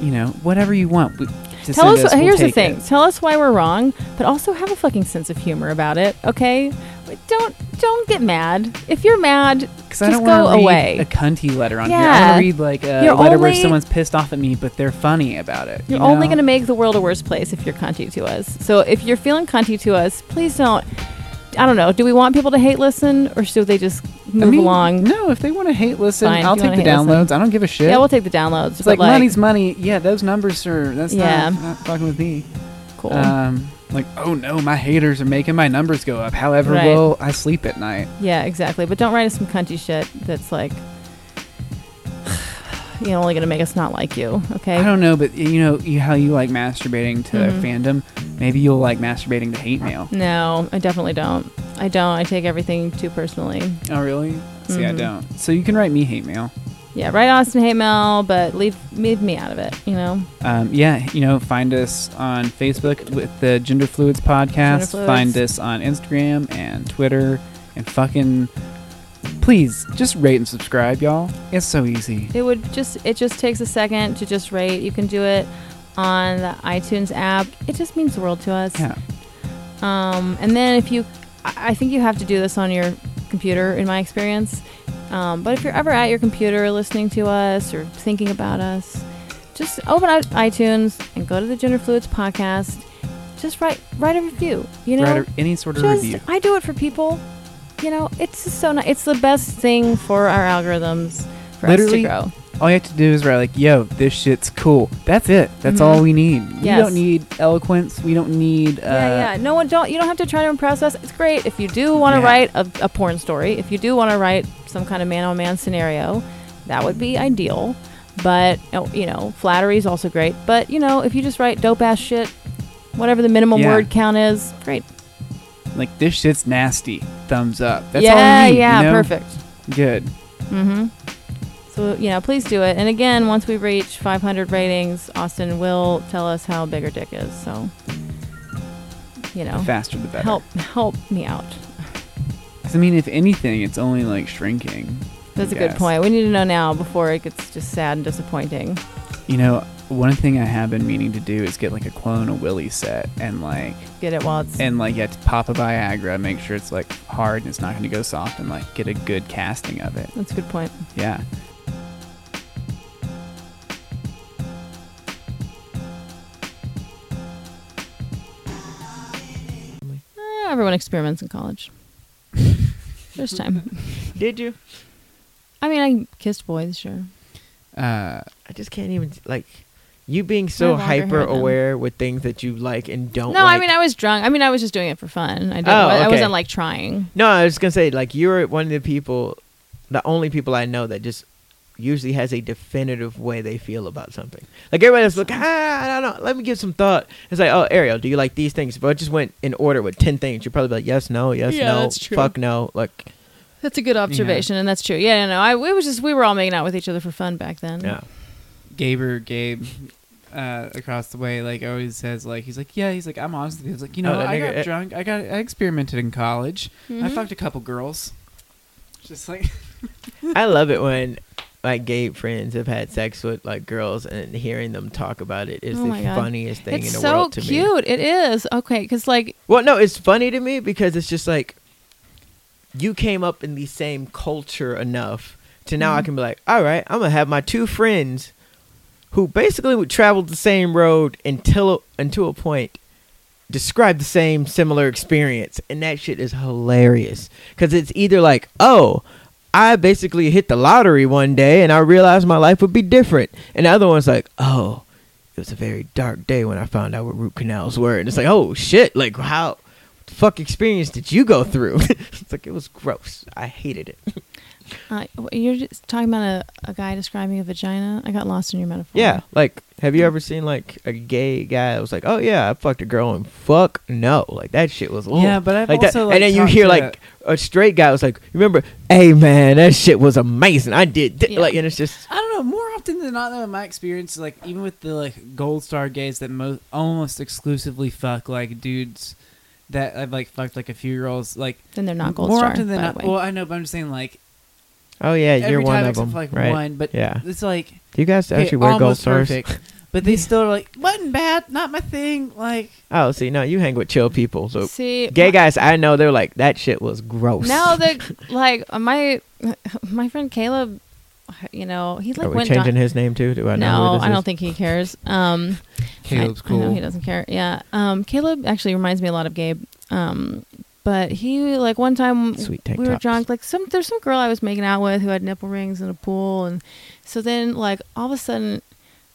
you know, whatever you want. We- to
Tell
send
us.
we'll
here's the
take
thing.
it.
Tell us why we're wrong, but also have a fucking sense of humor about it. Okay. But Don't don't get mad. If you're mad,
'Cause I
just
don't wanna
go
read
away.
A cunty letter on
Yeah.
here. I want to read like a
You're
letter where
only-
someone's pissed off at me, but they're funny about it.
You're
you
only
know?
going to make the world a worse place if you're cunty to us. So if you're feeling cunty to us, please don't. I don't know. Do we want people to hate listen, or should they just move
I mean,
along?
No, if they want to hate listen,
Fine,
I'll
if you
take the
wanna hate
downloads.
listen.
I don't give a shit.
Yeah, we'll take the downloads.
it's
but
like, money's money. Yeah, those numbers are. That's
Yeah.
not, not fucking with me.
cool.
Um, like, oh no, my haters are making my numbers go up. However,
Right.
well, I sleep at night.
yeah, exactly. But don't write us some cunty shit that's like, you're only going to make us not like you. Okay.
I don't know, but you know you, how you like masturbating to
Mhm.
fandom. Maybe you'll like masturbating to hate mail.
no, I definitely don't. I don't. I take everything too personally.
Oh, really? See, I
Mhm.
don't. So you can write me hate mail.
Yeah, write Austin hate mail, but leave leave me out of it. You know.
Um, yeah, you know, find us on Facebook with the Gender Fluids Podcast.
Gender Fluids.
Find us on Instagram and Twitter. And fucking, please, just rate and subscribe, y'all. It's so easy.
It would just it just takes a second to just rate. You can do it on the iTunes app. It just means the world to us.
Yeah.
Um, and then if you, I I think you have to do this on your computer, in my experience. Um, but if you're ever at your computer listening to us or thinking about us, just open up iTunes and go to the Gender Fluids podcast. Just write write a review. You know,
Write a- any sort of
just
review.
I do it for people. You know, it's just so nice. It's the best thing for our algorithms for
Literally, uh,
us to grow.
All you have to do is write like, "Yo, this shit's cool." That's it. That's
Mhm.
all we need.
Yes.
We don't need eloquence. We don't need. Uh,
yeah, yeah. No one don't. You don't have to try to impress us. It's great if you do want to
Yeah.
write a, a porn story. If you do want to write some kind of man-on-man scenario, that would be ideal. But oh, you know, flattery is also great. But you know, if you just write dope ass shit, whatever the minimum
Yeah.
word count is, great.
uh, Like this shit's nasty. Thumbs up. That's
yeah,
all we need.
yeah,
you know?
perfect.
Good.
Mm-hmm. So you know, please do it. And again, once we reach 500 ratings, Austin will tell us how big her dick is. So you know,
The faster the better.
Oh, help help me out.
'Cause, I mean, if anything, it's only like shrinking.
That's
I
a good
guess.
point. We need to know now before it gets just sad and disappointing.
You know, one thing I have been meaning to do is get like a clone a Willy set and like
Get it while it's
and like yeah, to pop a Viagra, make sure it's like hard and it's not going to go soft, and like get a good casting of it.
that's a good point.
Yeah.
Eh, everyone experiments in college. There's time.
Did you?
I mean, I kissed boys, sure.
Uh,
I just can't even like you being so
longer hair
hyper
than-
aware with things that you like and don't.
no, I
like.
mean, I was drunk. I mean, I was just doing it for fun. I didn't.
Oh,
I
okay.
wasn't like trying.
No, I was gonna say like you're one of the people, the only people I know that just usually has a definitive way they feel about something. Like everybody else, like ah, I don't know. Let me give some thought. It's like, oh, Ariel, do you like these things? If I just went in order with ten things, you'd probably be like, yes, no, yes,
Yeah,
no,
that's true.
fuck no. Like,
That's a good observation, and that's true. Yeah, no, no. I we was just we were all making out with each other for fun back then.
yeah,
Gaber, Gabe, uh, across the way like always says like he's like yeah he's like I'm honest with you he's like you know
Oh, that
I
nigga,
got
eh.
drunk I got I experimented in college I
Mm-hmm.
fucked a couple girls just like
I love it when my gay friends have had sex with like girls and hearing them talk about it is
Oh
the
my God.
funniest thing
it's
in the
so
world to me.
cute. It is okay because like
Well, no, it's funny to me because it's just like you came up in the same culture enough to now I can be like, all right, I'm gonna have my two friends who basically would travel the same road until until a point describe the same similar experience and that shit is hilarious because it's either like oh i basically hit the lottery one day and i realized my life would be different and the other one's like oh it was a very dark day when i found out what root canals were and it's like oh shit like how what the fuck experience did you go through it's like it was gross i hated it
uh, you're just talking about a, a guy describing a vagina. I got lost in your metaphor.
yeah like have you ever seen like a gay guy that was like oh yeah i fucked a girl and fuck no like that shit was
yeah
ugh.
but I've
like that,
also like,
and then you
talked
hear
to-
like a straight guy was like, "Remember, hey man, that shit was amazing. I did thi-"
Yeah.
like," and it's just
I don't know. More often than not, though, in my experience, like even with the like gold star gays that most almost exclusively fuck like dudes that I've like fucked like a few girls like
Then they're not gold
more
star.
often than
by the
not.
way.
Well, I know, but I'm just saying like
oh yeah, you're
every
one
time
of
except
them,
for like
right?
one, but
yeah,
it's like
do you guys
okay,
actually wear gold
almost
stars?
perfect, but they still are like wasn't bad, not my thing. Like
Oh, see, no, you hang with chill people. So
See,
gay
my-
guys I know, they're like, "That shit was gross."
Now that like uh, my my friend Caleb, you know he like
are we
went down.
changing his name too? Do I know?
no,
who this
I
is?
don't think he cares. Um,
Caleb's
I, I know
cool.
he doesn't care. Yeah. Um, Caleb actually reminds me a lot of Gabe. Um, but he like one time
Sweet tank
we were
tops.
drunk. Like some there's some girl I was making out with who had nipple rings in a pool, and so then like all of a sudden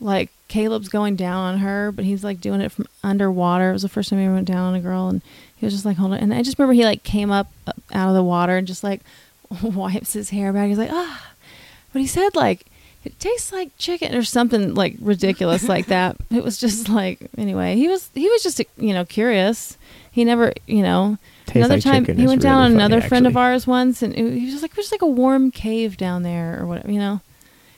like Caleb's going down on her, but he's like doing it from underwater. It was the first time he ever went down on a girl, and he was just like holding. And I just remember he like came up uh, out of the water and just like wipes his hair back. He's like ah, but he said like it tastes like chicken or something like ridiculous like that. It was just like anyway, he was he was just you know curious. He never you know
Tastes
another
like
time
chicken
he
is
went down
really
on
funny,
another friend of
actually.
ours once, and it, he was just like it was just like a warm cave down there or whatever you know.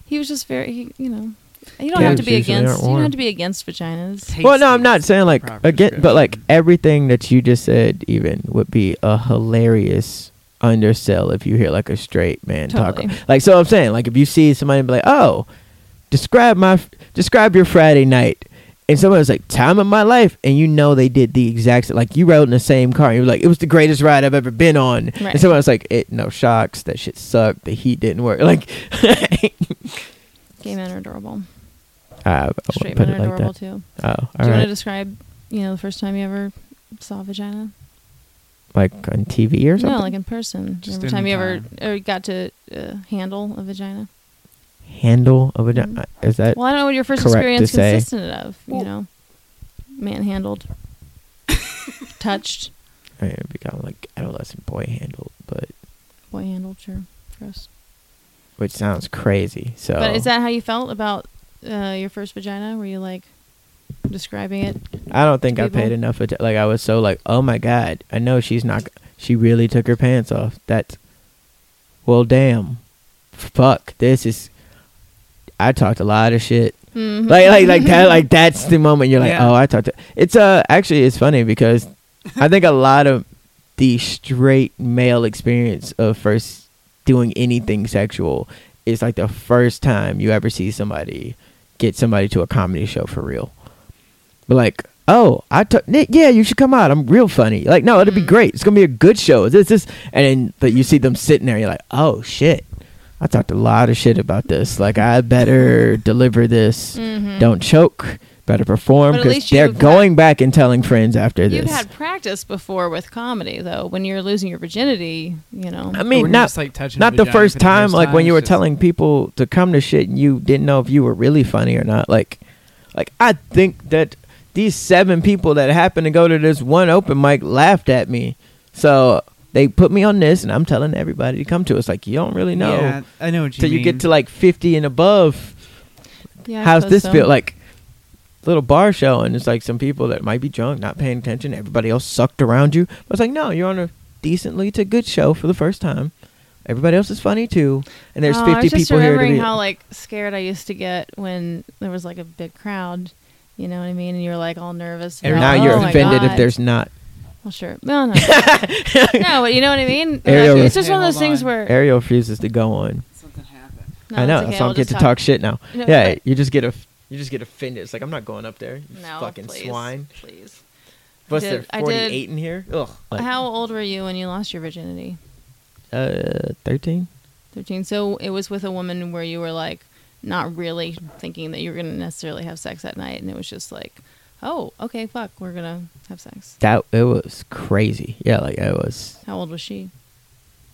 He was just very he, you know. You don't have to
Caves
be
usually aren't
against. You don't
warm.
have to be against vaginas.
Well, no, I'm not
Tasty.
saying like
Proper
again, but like
description.
everything that you just said, even would be a hilarious undersell if you hear like a straight man
Totally.
talk. Like, so I'm saying, like, if you see somebody be like, "Oh, describe my describe your Friday night," and someone's like, "Time of my life," and you know they did the exact same. Like, you rode in the same car, and you were like, "It was the greatest ride I've ever been on,"
Right.
and someone's like, "It no shocks. That shit sucked. The heat didn't work." Like,
Gay men are adorable.
I wouldn't
Straight
put
men are
it like
adorable
that.
too.
Oh, all
Do you want to
right.
describe, you know, the first time you ever saw a vagina?
like on TV or something.
No, like in person.
Just
Every time you ever
anytime.
or got to uh, handle a vagina.
handle of a di- uh,
Mhm.
is that
Well, I don't know what your first
correct to
experience
say.
consisted of.
Well-
you know, manhandled, touched,
I mean, it'd be kind of like adolescent boy handled, but
boy handled. Sure, gross.
which sounds crazy. So,
But is that how you felt about uh, your first vagina? Were you like describing it?
I don't think
people?
I paid enough attention. Like I was so like, oh my god, I know she's not. She really took her pants off. That's well, damn, fuck. This is. I talked a lot of shit.
Mhm.
Mm-hmm. like like like that like that's the moment you're like
Yeah.
oh i talked to it's uh actually it's funny because i think a lot of the straight male experience of first doing anything sexual is like the first time you ever see somebody get somebody to a comedy show for real but like oh i took yeah you should come out i'm real funny like no it'll be
Mhm.
great it's gonna be a good show this this and then but you see them sitting there you're like oh shit i talked a lot of shit about this like i better deliver this
Mhm.
don't choke better perform
But at
because
least
they're
you've
going back and telling friends after
You've
this
had practice before with comedy, though. When you're losing your virginity, you know.
i
Or when
mean
you're
not
just, like, touching
not
a
the
vagina
first
for
time like when you
it's
were
just-
telling people to come to shit and you didn't know if you were really funny or not like like i think that these seven people that happened to go to this one open mic laughed at me so they put me on this and i'm telling everybody to come to us like you don't really know
Yeah, I know what you
till
mean.
you get to like 50 and above
Yeah, I
how's
suppose
this
so.
feel like little bar show and it's like some people that might be drunk not paying attention everybody else sucked around you but it's like no you're on a decently to good show for the first time everybody else is funny too and there's
Oh, I
50
was just
people here to
remembering
be
how like scared I used to get when there was like a big crowd, You know what I mean? And you're like all nervous.
Every-
about,
now
oh
you're
my
offended if
God.
there's not.
Well, sure. No, no. no, but you know what I mean?
Ariel-
Like, it's just
Hey,
one of those
hold
things
on.
where.
Ariel refuses to go on.
Something happened.
No,
I know,
it's okay,
so I
we'll
get
just
to talk, shit now.
No, it's
yeah,
fine.
you just get a, you just get offended. It's like I'm not going up there. You
No,
fucking
please,
swine.
Please.
Plus,
did-
there
I did-
48 in here. Ugh. Like,
How old were you when you lost your virginity?
Uh, 13.
13. So it was with a woman where you were like not really thinking that you were going to necessarily have sex that night. And it was just like, oh, okay, fuck, we're going to have sex.
That it was crazy. Yeah, like I was
How old was she?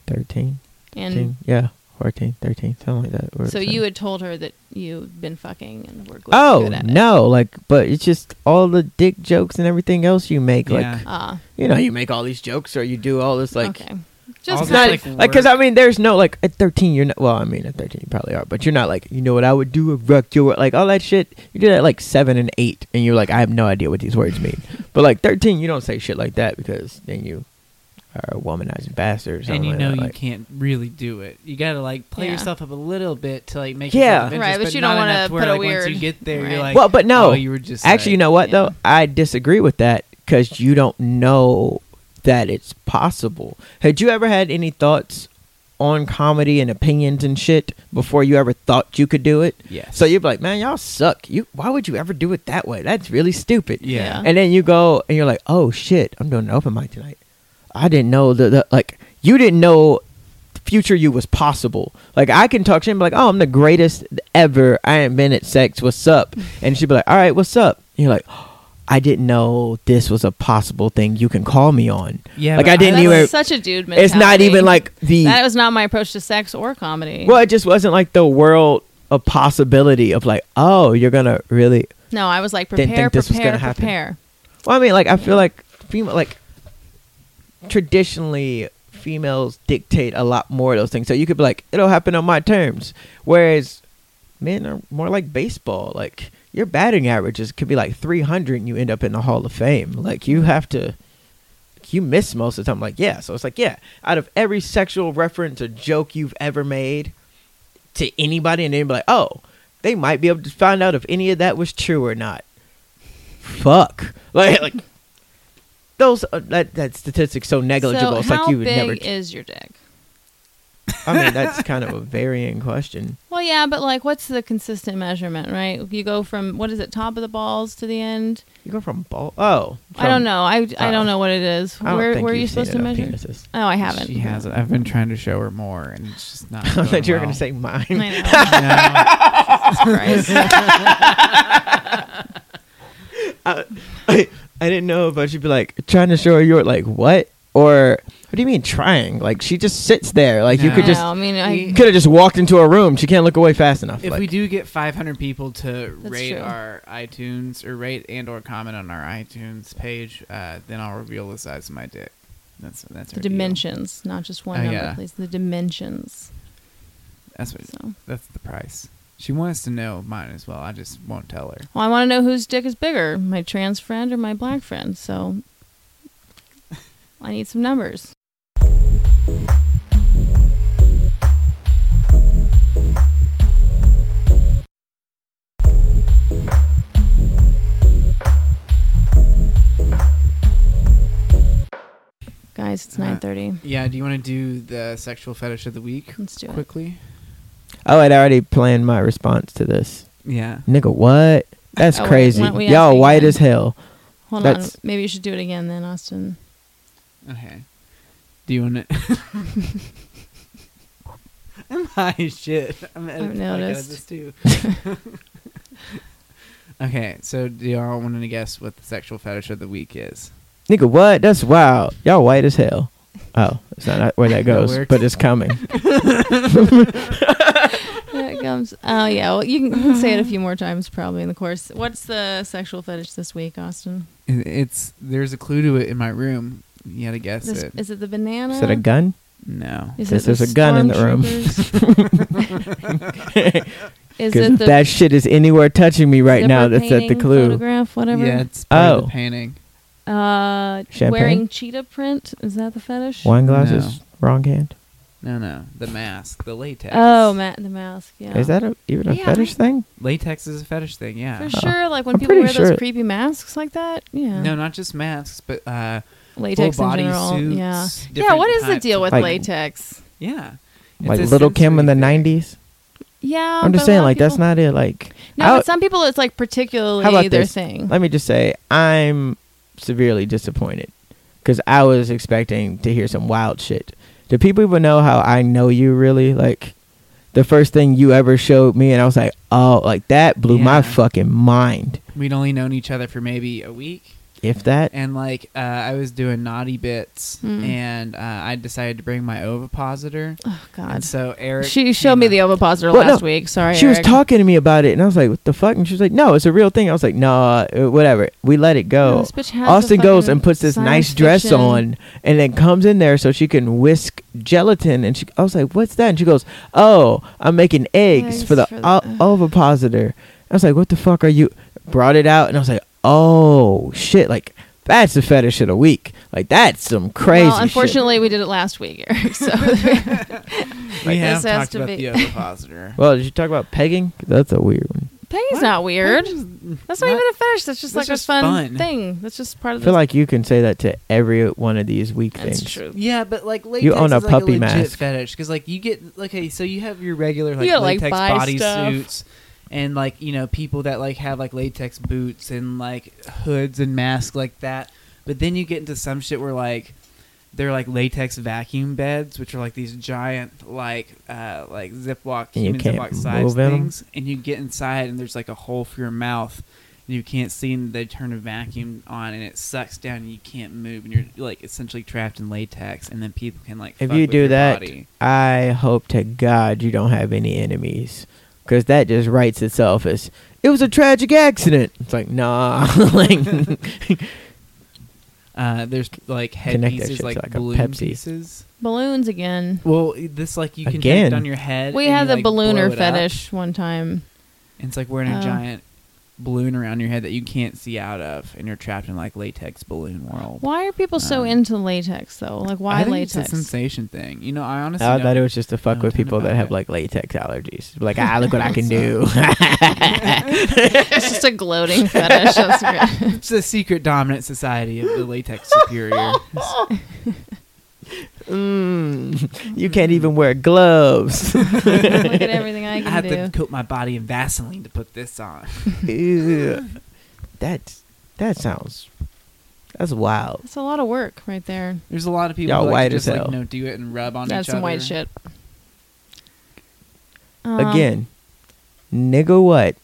13.
And
14, yeah, 14, 13, something like that. Or
so
something.
you had told her that you'd been fucking and were good,
Oh
good at it.
no! Like, but it's just all the dick jokes and everything else you make.
Yeah.
Like,
Ah,
you know, you make all these jokes or you do all this like.
okay. Just
It's
Also,
kind
not
of-
like
like,
because I
work.
mean, there's no like at 13 you're not. Well, I mean, at 13 you probably are, but you're not like you know what I would do. If wrecked your world," like all that shit. You do that at, like seven and eight, and you're like, I have no idea what these words mean. but like 13, you don't say shit like that because then you are a womanizing bastard. Or something
and you
like
know
that.
you
like,
can't really do it. You gotta like play
Yeah.
yourself up a little bit to like make
Yeah.
yourself of
Right,
interest,
but you
not
don't wanna
enough to where,
put a
like, once you
weird-
get there.
Right.
You're like,
Well, but no.
oh, you were just
Actually, you
like-
know what
Yeah.
though? I disagree with that because you don't know that it's possible. Had you ever had any thoughts on comedy and opinions and shit before you ever thought you could do it?
Yes.
So you'd be like, man, y'all suck. You, why would you ever do it that way? That's really stupid.
Yeah.
And then you go and you're like, oh shit, I'm doing an open mic tonight. I didn't know the, the like you didn't know future you was possible. Like I can talk shit and be like, oh, I'm the greatest ever. I ain't been at sex. What's up? And she'd be like, all right, what's up? And you're like. I didn't know this was a possible thing you can call me on.
Yeah,
like
but
I didn't
that's
even.
such a dude mentality.
It's not even like the.
That was not my approach to sex or comedy.
Well, it just wasn't like the world of possibility of like, oh, you're gonna really.
No, I was like
Didn't
prepare,
think this was
prepare,
gonna happen.
prepare.
Well, I mean, like I feel like female, like traditionally females dictate a lot more of those things. So you could be like, it'll happen on my terms, whereas men are more like baseball. Like your batting averages could be like 300, and you end up in the Hall of Fame. Like you have to. You miss most of the time, like yeah. So it's like yeah. Out of every sexual reference or joke you've ever made, to anybody and then be like, oh, they might be able to find out if any of that was true or not. Fuck. Like, like those uh, that that statistic's so negligible.
So
it's
how
like you would
big
never.
is your dick?
I mean, that's kind of a varying question.
Well, yeah, but like, what's the consistent measurement, right? You go from what is it, top of the balls to the end?
You go from ball. Oh,
I
from-
don't know. I, I
oh.
don't know what it is.
I don't
Where
think
where are
you've
you
seen
supposed
it
to
on
measure?
penises.
Oh, I haven't.
She has it. I've been trying to show her more, and it's just not.
I thought you were
going
gonna say mine.
I know.
No.
Christ.
I didn't know if I should be like trying to show her you're like what or what do you mean trying? Like she just sits there. Like you
No.
could
I
just
know, I mean,
We-
I,
could have just walked into a room. She can't look away fast enough.
if
like,
we do get 500 people to
That's
rate
true.
our iTunes or rate and or comment on our iTunes page, uh, then I'll reveal the size of my dick. That's that's
the
our deal.
dimensions, not just one
Oh,
number,
yeah.
please. The dimensions.
That's what.
So,
That's the price. She wants to know mine as well. I just won't tell her.
well, I want to know whose dick is bigger, my trans friend or my black friend. So, I need some numbers. Guys, it's
Uh,
nine thirty.
Yeah. Do you want to do the sexual fetish of the week
Let's do it.
quickly?
Oh, I'd already planned my response to this.
Yeah.
Nigga, what? That's
Oh, wait,
crazy.
why don't we ask
Y'all
again?
white as hell.
Hold
That's-
on. Maybe you should do it again then, Austin.
Okay. Do you want to? I'm high as shit. I'm at
I've noticed.
This too. okay, so do y'all want to guess what the sexual fetish of the week is?
Nigga, what? That's wild. Y'all white as hell. Oh, it's not where that goes,
works.
but it's coming.
Here it comes. Oh yeah. Well, you can say it a few more times probably in the course. What's the sexual fetish this week, Austin?
It- It's there's a clue to it in my room. You gotta guess
This,
it.
is it the banana?
Is it a gun?
No.
Is
Because
it
there's a gun in the room.
stormtroopers? is
Because
it the
that shit is anywhere touching me right now.
zipper
That's at the
painting
clue.
Photograph, whatever.
Yeah, it's part of
Oh.
the painting.
Uh,
Champagne?
wearing cheetah print. Is that the fetish?
Wine glasses,
No.
wrong hand.
No, no, the mask, the latex.
Oh, Matt the mask. Yeah.
Is that a, even a
Yeah,
fetish
right.
thing?
latex is a fetish thing. Yeah.
for sure? Like when
I'm
people
pretty
wear
sure-
those creepy masks like that. Yeah.
No, not just masks, but uh,
latex
full
in
body
general.
suits,
yeah. Yeah.
different
What is the
types
deal
of-
with
Like-
latex?
yeah, It's
Like
a
Little Kim in the
sensory thing.
'90s.
Yeah.
I'm
but
just
a
saying,
lot of
like that's
people-
not it. Like
No,
I-
but some people it's like particularly
How about
their
this?
thing.
Let me just say, I'm severely disappointed because I was expecting to hear some wild shit. Do people even know how I know you really? Like, the first thing you ever showed me, and I was like, oh, like that blew my
Yeah.
fucking mind.
We'd only known each other for maybe a week,
If that,
and like uh, I was doing naughty bits,
Mm.
and uh, I decided to bring my ovipositor.
oh God.
And so Eric,
She showed me the ovipositor
Well,
last
no.
week. Sorry,
she was
Eric.
talking to me about it, and I was like, what the fuck? And she was like, no, it's a real thing. I was like, nah, uh, whatever. We let it
No,
go.
this bitch has a
Austin goes
fucking
and puts this
science
nice dress
fiction-
on and then comes in there so she can whisk gelatin. And she, I was like, what's that? And she goes, oh, I'm making eggs,
Eggs
for the
for the-
o- ovipositor. I was like, what the fuck are you? Brought it out and I was like, oh, shit. Like, that's the fetish of the week. Like, that's some crazy
Well, unfortunately, we did it last week, Eric. So
We
this has
have talked
to
about
be-
the ovipositor.
shit. Well, did you talk about pegging? That's a weird one.
Peggy's
What?
not weird. That's not,
Not-
even a fetish. That's just
that's
like
just
a fun,
fun.
thing. That's just part
I
of the.
feel like you can say that to every one of these week
that's
things.
true.
Yeah, but like latex
You own a
is like
puppy
a legit
mask.
fetish because like you get okay, so you have your regular like
gotta, like,
latex
buy
body
stuff.
suits and like you know people that like have like latex boots and like hoods and masks like that, but then you get into some shit where like they're like latex vacuum beds, which are like these giant like uh like Ziploc
And you
human
can't
Ziploc size
move in 'em?
things, and you get inside and there's like a hole for your mouth. and You can't see, and they turn a vacuum on, and it sucks down, and you can't move, and you're like essentially trapped in latex, and then people can like.
If
fuck
you
with
do
your
that,
body.
I hope to God you don't have any enemies. Because that just writes itself as, it was a tragic accident. It's like, nah. like,
uh, there's like
Connect that shit
headpieces,
to,
like,
like, a
balloon
Pepsi.
pieces.
Balloons again.
Well, this like you can
Again.
connect on your head.
We
and
had
you,
the
like, blow
ballooner
it up,
fetish one time.
and it's like wearing a
Oh.
giant balloon around your head that you can't see out of, and you're trapped in like latex balloon world.
Why are people
Oh.
so
Um,
into latex though? Like why
I think
latex?
It's a sensation thing. You know, I honestly
I
don't-
thought it was just to fuck
No,
with
tell me
people that
about
have
it.
like latex allergies. Like, ah, look what I can do.
it's just a gloating fetish. That's great.
it's the secret dominant society of the latex superior.
mm, you can't even wear gloves.
Look at everything I
I
can
have
do.
to coat my body in Vaseline to put this on.
Ew. That's, that sounds, that's wild.
That's a lot of work right there.
There's a lot of people
Y'all
who like
white
to just
as
like
hell.
you know, do it and rub on
That's
each
some
other.
white shit. Um,
Again, nigga, what?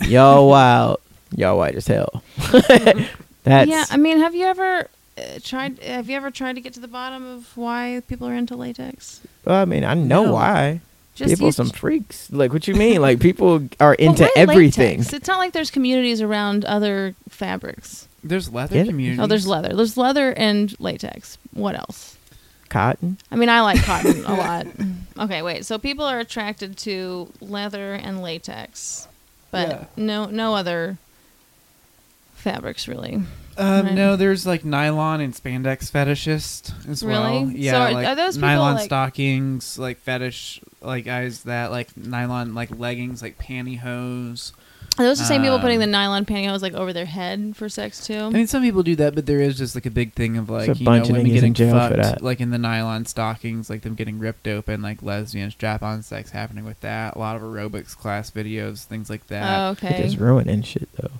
Y'all wild. Y'all white as hell. That's
yeah, I mean, have you ever uh, tried? Have you ever tried to get to the bottom of why people are into latex?
well, I mean, I know
No.
why.
Just
people
use-
some freaks. Like what you mean? Like people are
Well,
into
why
everything.
latex? It's not like there's communities around other fabrics.
There's leather
Get it?
communities.
Oh, there's leather. There's leather and latex. What else?
Cotton.
I mean, I like cotton a lot. Okay, wait. So people are attracted to leather and latex, but
Yeah.
no, no other fabrics really.
Um,
Right.
No, there's like nylon and spandex fetishist as well.
Really? So
Yeah,
are-
like
are those people,
nylon
like-
stockings, like fetish, like eyes that like nylon like leggings, like pantyhose.
Are those the same people putting the
Um,
nylon pantyhose like over their head for sex too?
I mean, some people do that, but there is just like a big thing of like
There's a
you
bunch of
know women
niggas
getting
in jail for
fucked,
that.
like in the nylon stockings, like them getting ripped open, like lesbian strap-on sex happening with that. A lot of aerobics class videos, things like
oh,
that.
They're
okay.
Just ruining shit though.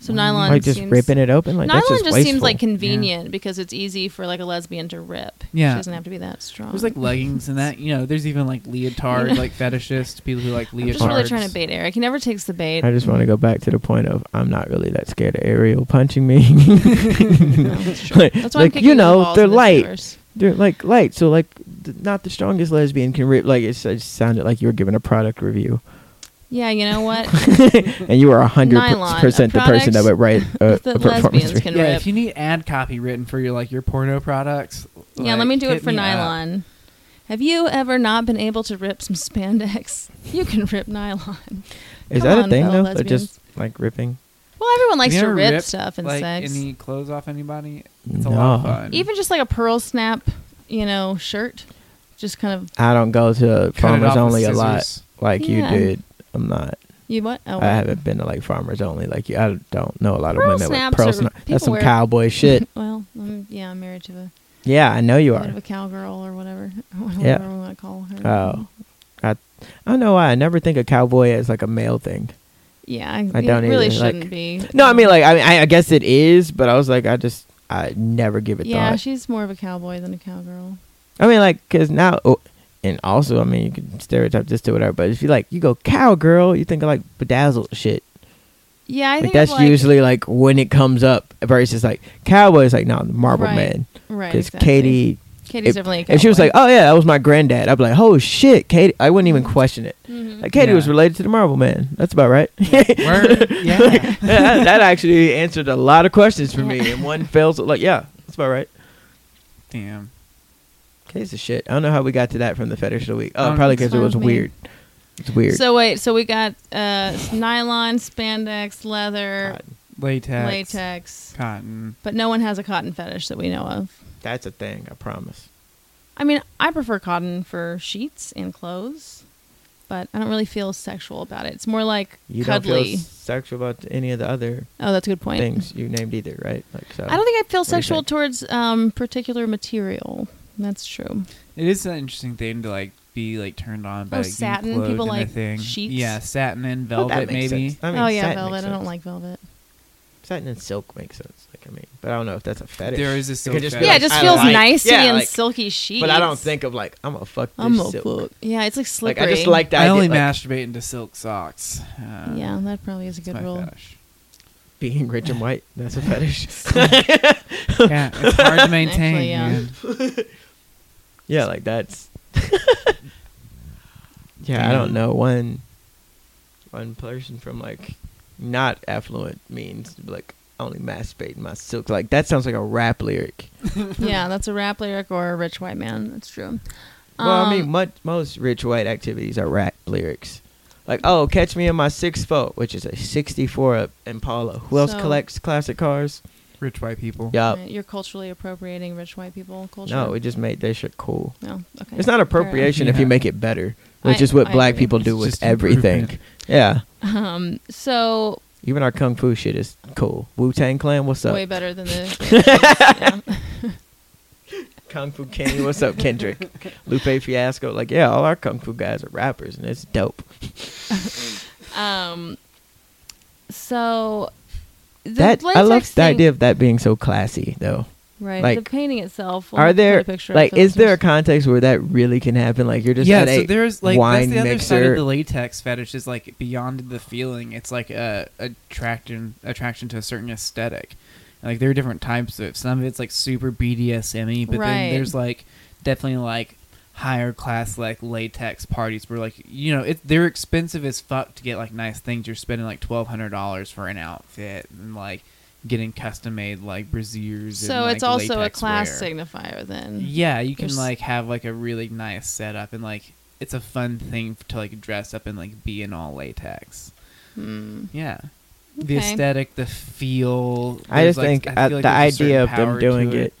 So nylon
like just
seems,
ripping it open. Like
nylon
that's
just,
just,
seems
wasteful.
like convenient because it's easy for like a lesbian to rip.
Yeah.
she doesn't have to be that strong.
There's like leggings and that. You know, there's even like leotard, like fetishist people who like leotards.
I'm just really trying to bait Eric. He never takes the bait.
I just want to go back to the point of I'm not really that scared of Ariel punching me.
No, that's true.
Like-
That's why I'm
like,
kicking
you
the
know,
balls
they're
in the
light.
doors.
They're like light, so like th- not the strongest lesbian can rip. Like it's, it just sounded like you were giving a product review,
Yeah, you know what?
and you were hundred
Nylon, a
percent the person that
product
would write a, a
the
performance.
lesbians
Review.
can
Yeah,
rip.
if you need ad copy written for your like your porno products.
yeah,
like,
let me do
hit
it for
up.
nylon. Have you ever not been able to rip some spandex? You can rip nylon.
Is
Come
that a
on,
thing
fellow
though? Or
lesbians.
just like ripping?
Well, everyone likes
Have you
to
ever
rip
ripped,
stuff in
like,
sex.
Any clothes off anybody? It's a lot of
No.
fun.
Even just like a pearl snap, you know, shirt. just kind of
I don't go to
Cut it off
farmers
with
only a lot
scissors.
like
Yeah.
you did. I'm not.
you what? Oh,
I haven't been to like farmers only like you. I don't know a lot
Pearl
of women with
snaps
pearl
are-
snaps.
people
That's some
wear-
cowboy shit.
Well, um, yeah, I'm married to a
yeah, I know you
bit of
are.
a cowgirl or whatever. Whatever
Yeah.
we want to call her.
Oh, I, I don't know why. I never think of cowboy as like a male thing.
yeah.
I
it
don't
really
either, like-
shouldn't be.
No, I mean like I, mean, I I guess it is, but I was like I just I never give it
yeah,
thought.
she's more of a cowboy than a cowgirl.
I mean like because now oh, and also I mean you can stereotype this to whatever, but if you like you go cowgirl, you think of like bedazzled shit.
Yeah, I
like
think
that's
of, like,
usually like when it comes up versus like cowboy is like no the marble
Right,
man
right.
because
exactly.
Katie
Katie's
if-
definitely a cowboy.
if she was like oh yeah that was my granddad I'd be like oh shit Katie I wouldn't even question it
Mhm.
like Katie
Yeah.
was related to the marble man that's about right
Word? Yeah.
that, that actually answered a lot of questions for me
Yeah.
and one fails like yeah that's about right
Damn.
case of shit I don't know how we got to that from the fetish of the week oh
Um,
probably
It's
because it
fine
was
with me.
weird it's weird
So wait, so we got uh, nylon, spandex,
Uh,
leather,
Latex.
latex,
Cotton.
but no one has a cotton fetish that we know of.
that's a thing I promise
I mean, I prefer cotton for sheets and clothes, but I don't really feel sexual about it. It's more like
you don't
cuddly.
feel sexual about any of the other
oh, that's a good point.
things you named either right like so
I don't think I feel
do you
sexual
think?
towards um, particular material. That's true.
It is an interesting thing to like be like turned on by
Oh,
like, being
satin?
clothed
People
in a
like
thing.
sheets?
Yeah, satin and
Well, that
velvet
makes
maybe.
sense. I mean,
oh yeah,
satin
velvet.
makes
I don't
sense.
like velvet.
satin and silk makes sense. Like I mean, but I don't know if that's a fetish.
There is a silk
could just be
fetish.
Yeah,
like,
it just
I
feels
like-
nicey
yeah,
and
like-
silky chic.
But I don't think of like I'm gonna fuck this
I'm a
silk.
book. Yeah, it's like
Like
slippery.
I just like that.
I only
like,
masturbate into silk socks. Uh,
Yeah, that probably is a
that's
good
my
rule.
fetish.
being rich and white. That's a fetish.
yeah, it's hard to maintain.
Actually, yeah.
man.
yeah, like that's. yeah, I don't know one. One person from like not affluent means like I only masturbate in my silk. Like that sounds like a rap lyric.
yeah, that's a rap lyric or a rich white man. That's true.
Well, I mean,
Um,
much, most rich white activities are rap lyrics. Like, oh, catch me in my six foot, which is a 64 Impala. Who else
So-
collects classic cars?
Rich white people.
Yup.
Right, You're culturally appropriating rich white people culture.
Oh. No, we just made that shit cool.
no. Okay.
It's not
Fair enough.
appropriation if you
Yeah.
make it better, which
I-
is what
I
black
agree.
people do
It's
with
just
everything.
improvement.
Yeah.
Um, so
Even our kung fu shit is cool. Wu Tang Clan, what's up?
way better than the. yeah.
Kung Fu Kenny, what's up, Kendrick? Lupe Fiasco. Like, yeah, all our kung fu guys are rappers, and it's dope.
Um, so the
that I love
latex
the
thing-
idea of that being so classy, though.
Right,
like,
the painting itself. We'll
are
have to put
there
a picture up
like
for the
is there a
listeners.
context where that really can happen like you're just
yeah,
at
so
a
there's like
wine
that's the other
mixer
side of the latex fetish is like beyond the feeling. It's like a attraction attraction to a certain aesthetic. And, Like there are different types of it. Some of it's like super BDSM-y, but
Right.
then there's like definitely like higher class like latex parties where like you know it they're expensive as fuck to get like nice things. You're spending like twelve hundred dollars for an outfit and like getting custom made like brassieres.
So
and, like,
it's also a
latex
class
wear.
signifier
Mm.
then.
Yeah, you can
There's-
like have like a really nice setup and like it's a fun thing to like dress up and like be in all latex.
Hmm.
Yeah. The
Okay.
aesthetic, the feel.
i
there's,
just think
I
uh,
feel like
the
there's a
idea of
certain
them
power
doing
to
it,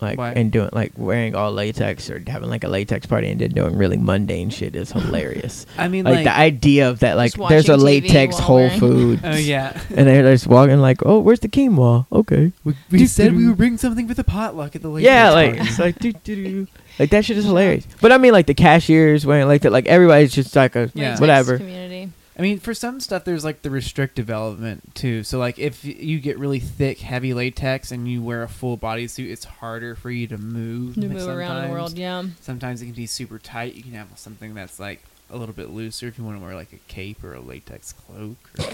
like
Why?
and doing like wearing all latex or having like a latex party and then doing really mundane shit is hilarious
I mean,
like,
like,
the idea of that like
Just
there's a
watching TV
latex
while
whole
wearing-
food
oh yeah.
and they're just walking like oh where's the quinoa okay
We, we said we would bring something for the potluck at the latex.
yeah like
party.
it's like doo doo doo like that shit is hilarious but i mean like the cashiers wearing like that like everybody's just like a
Yeah.
Latex
whatever
Community.
I mean, for some stuff, there's like the restrictive element too. So, like, if you get really thick, heavy latex and you wear a full bodysuit, it's harder for you to move.
To
like,
move around the
sometimes.
world, yeah.
sometimes it can be super tight. You can have something that's like a little bit looser if you want to wear like a cape or a latex cloak. Or,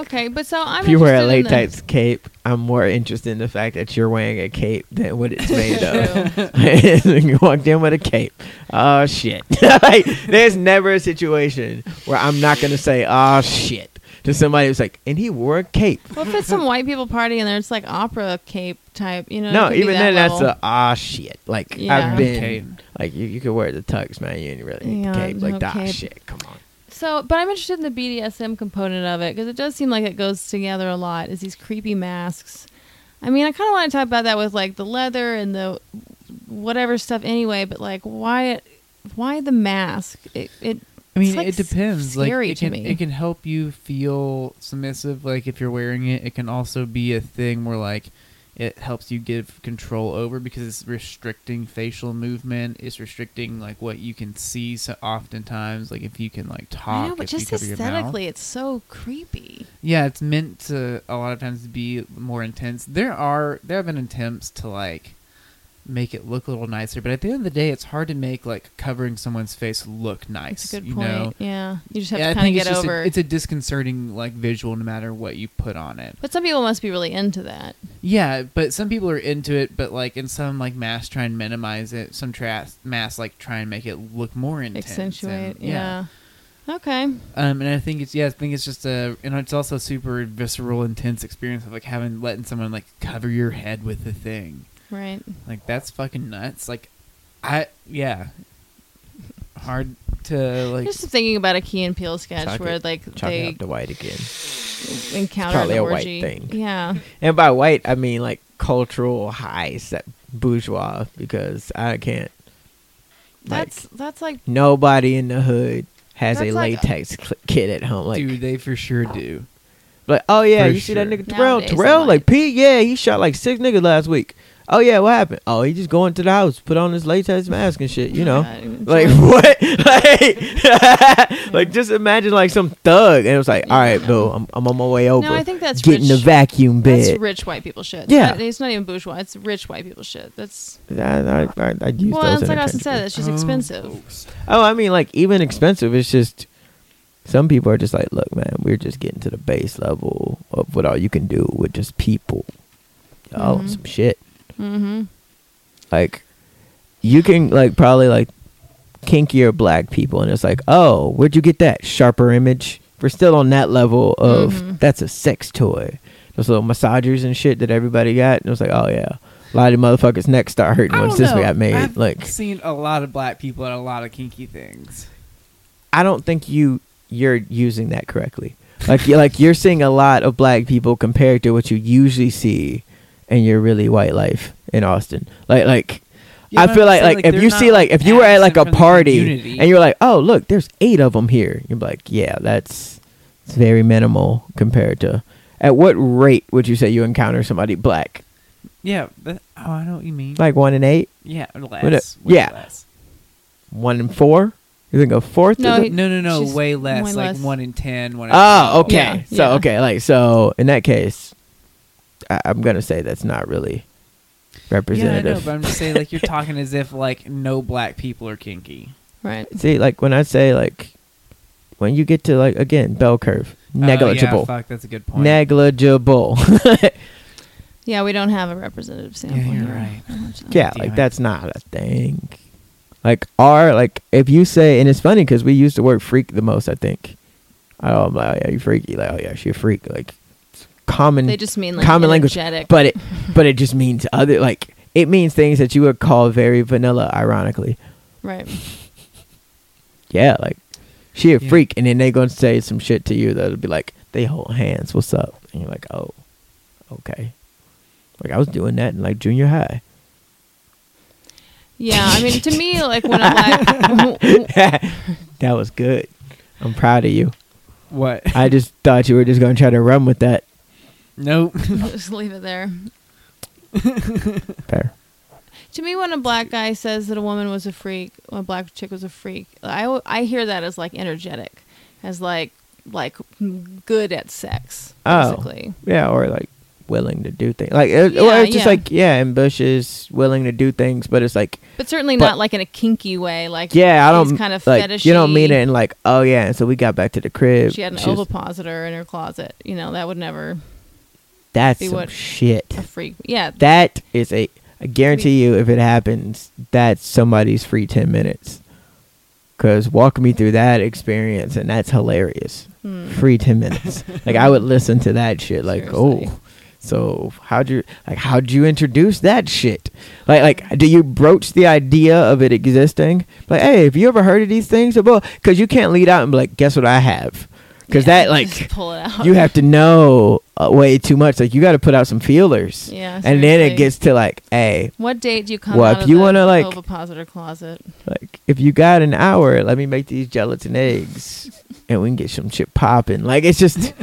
Okay, but so I'm.
if you wear a
interested in the-
latex cape, I'm more interested in the fact that you're wearing a cape than what it's made of.
True.
you walked in with a cape. Oh shit! like, there's never a situation where I'm not gonna say "oh shit" to somebody who's like, "And he wore a cape."
Well, if it's some white people party and there, it's like opera cape type, you know.
No,
it could be
even
that
then,
level.
that's a "ah shit." Like
Yeah.
I've been
Cape.
like, you, you could wear the tux, man. You ain't really need
Yeah,
the cape. Like
no
that
cape.
shit. Come on.
So, but I'm interested in the BDSM component of it because it does seem like it goes together a lot. Is these creepy masks? I mean, I kind of want to talk about that with like the leather and the whatever stuff anyway. But like, why? why the mask? It, it
I mean,
it's, like,
it depends. Like
scary
it
to
can
me.
it can help you feel submissive. Like if you're wearing it, it can also be a thing where like it helps you give control over because it's restricting facial movement. It's restricting like what you can see. So oftentimes, like if you can like talk,
I know, but
if you
just
cover your mouth.
aesthetically, it's so creepy.
Yeah, it's meant to a lot of times be more intense. There are there have been attempts to like make it look a little nicer, but at the end of the day, it's hard to make like covering someone's face look nice.
It's a good
you
point.
know?
Yeah, you just have
Yeah,
to
I
kind
think
of
it's
get
just a-
over.
it's a disconcerting like visual, no matter what you put on it.
but some people must be really into that.
Yeah, but some people are into it, but like in some like masks try and minimize it. Some tra- masks like try and make it look more intense. and-
Accentuate, yeah. Okay.
Um, and I think it's yeah, I think it's just a and it's also a super visceral, intense experience of like having letting someone like cover your head with the thing.
Right.
Like that's fucking nuts. Like, I yeah, hard to like.
Just thinking about a Key and Peele sketch
Chalk
where
it-
like
Chalk it
they
up to white again.
encounter
probably
an
a white
orgy.
thing.
Yeah.
And by white, I mean like cultural highs, that bourgeois, because I can't. Like,
That's that's like
nobody in the hood has a
That's like-
latex cl- kid at home. Like,
Dude, they for sure do.
like oh yeah,
For
you see that
sure.
nigga Terrell?
Nowadays,
Terrell,
they
like
might.
Pete, yeah, he shot like six niggas last week. Oh yeah, what happened? Oh, he just going to the house, put on his latex mask and shit. You know. Like what? like, like just imagine like some thug, and it was like, all right, bro, I'm, I'm on my way over.
No, I think that's
getting
rich.
the vacuum
That's
bed.
rich white people shit.
Yeah.
That- it's not even bourgeois. It's rich white people shit. That's
I, I, I, I use
well,
those
that's like Austin said.
interchangeably.
That's just expensive.
Oh, I mean, like even expensive. It's just some people are just like, look, man, we're just getting to the base level of what all you can do with just people. Oh,
Mhm.
some shit.
Mm-hmm.
Like you can like probably like kinkier black people, and it's like, oh, where'd you get that sharper image? We're still on that level of
Mm-hmm.
Mhm.
that's a sex toy. Those little massagers and shit that everybody got, and it was like, oh yeah, a lot of motherfuckers' necks start hurting
I
once
don't
this
know.
got made.
I've
like
seen a lot of black people at a lot of kinky things.
I don't think you you're using that correctly. Like you like you're seeing a lot of black people compared to what you usually see in your really white life in Austin. Like like
Yeah,
I
but
feel
I'm
like
saying,
like,
like,
if
they're
you
not,
see like if you were at like a
absent from the
party
community.
and you're like, "Oh, look, there's 8 of them here." You're like, "Yeah, that's it's very minimal compared to at what rate would you say you encounter somebody black?
Yeah. That, oh, I know what you mean.
Like 1 in 8,
yeah, less.
it-
way
yeah.
Less.
1 in 4? You think a fourth?
No,
is a-
he-
No, no, no.
She's
Way less.
way
like
less.
one in ten. One. In
Oh,
12.
okay.
Yeah,
so
yeah.
okay, like so in that case, I, I'm gonna say that's not really
Yeah, I
representative.
know, but I'm just saying, like, you're talking as if like no black people are kinky.
Right.
See, like when I say like when you get to like again bell curve,
Oh, yeah,
negligible,
fuck, that's a good point.
negligible.
Yeah, we don't have a representative sample.
you're
here.
right.
Unfortunately.
yeah,
Damn
like
it.
that's not a thing. Like our like if you say and it's funny because we use the word freak the most. I think. Oh, I'm like, oh, yeah, you freaky. Like, oh yeah, she a freak. Like it's common.
They just mean like
common language,
energetic.
but it but it just means other like it means things that you would call very vanilla. Ironically,
right.
yeah, like she a
Yeah.
freak, and then they gonna say some shit to you that'll be like they hold hands. What's up? And you're like, oh, okay. Like I was doing that in like junior high.
Yeah, I mean, to me, like when I'm like,
That was good. I'm proud of you.
What?
I just thought you were just gonna try to run with that.
nope.
just leave it there.
Fair.
To me, when a black guy says that a woman was a freak, a black chick was a freak, I, al- I hear that as like energetic, as like like good at sex,
Oh.
basically.
Yeah, or like willing to do things. Like it, or
Yeah,
it's just
yeah.
like yeah, ambitious, willing to do things, but it's like
But certainly
But-
not like in a kinky way. Like
Yeah, I
he's
don't
kind of
like
fetishy.
you don't mean it in like oh yeah. And so we got back to the crib.
She had an
She was-
ovipositor in her closet. You know that would never
That's
Be
some
what-
shit.
a freak. Yeah,
That is a. I guarantee you, if it happens, that's somebody's free ten minutes. Cause walk me through that experience, and that's hilarious.
Hmm.
Free ten minutes. like I would listen to that shit. Like
Seriously.
oh. So how'd you like? How'd you introduce that shit? Like, like, do you broach the idea of it existing? Like, hey, have you ever heard of these things? Because you can't lead out and be like, guess what I have? Because
Yeah,
that
just
like
pull it out.
you have to know. uh, way too much. Like you got to put out some feelers.
Yeah,
And then
seriously.
it gets to like, hey,
What date do you come
Well,
out
if
of
you
the
wanna, like-
ovipositor closet?
like if you got an hour, let me make these gelatin eggs, and we can get some shit popping. Like it's just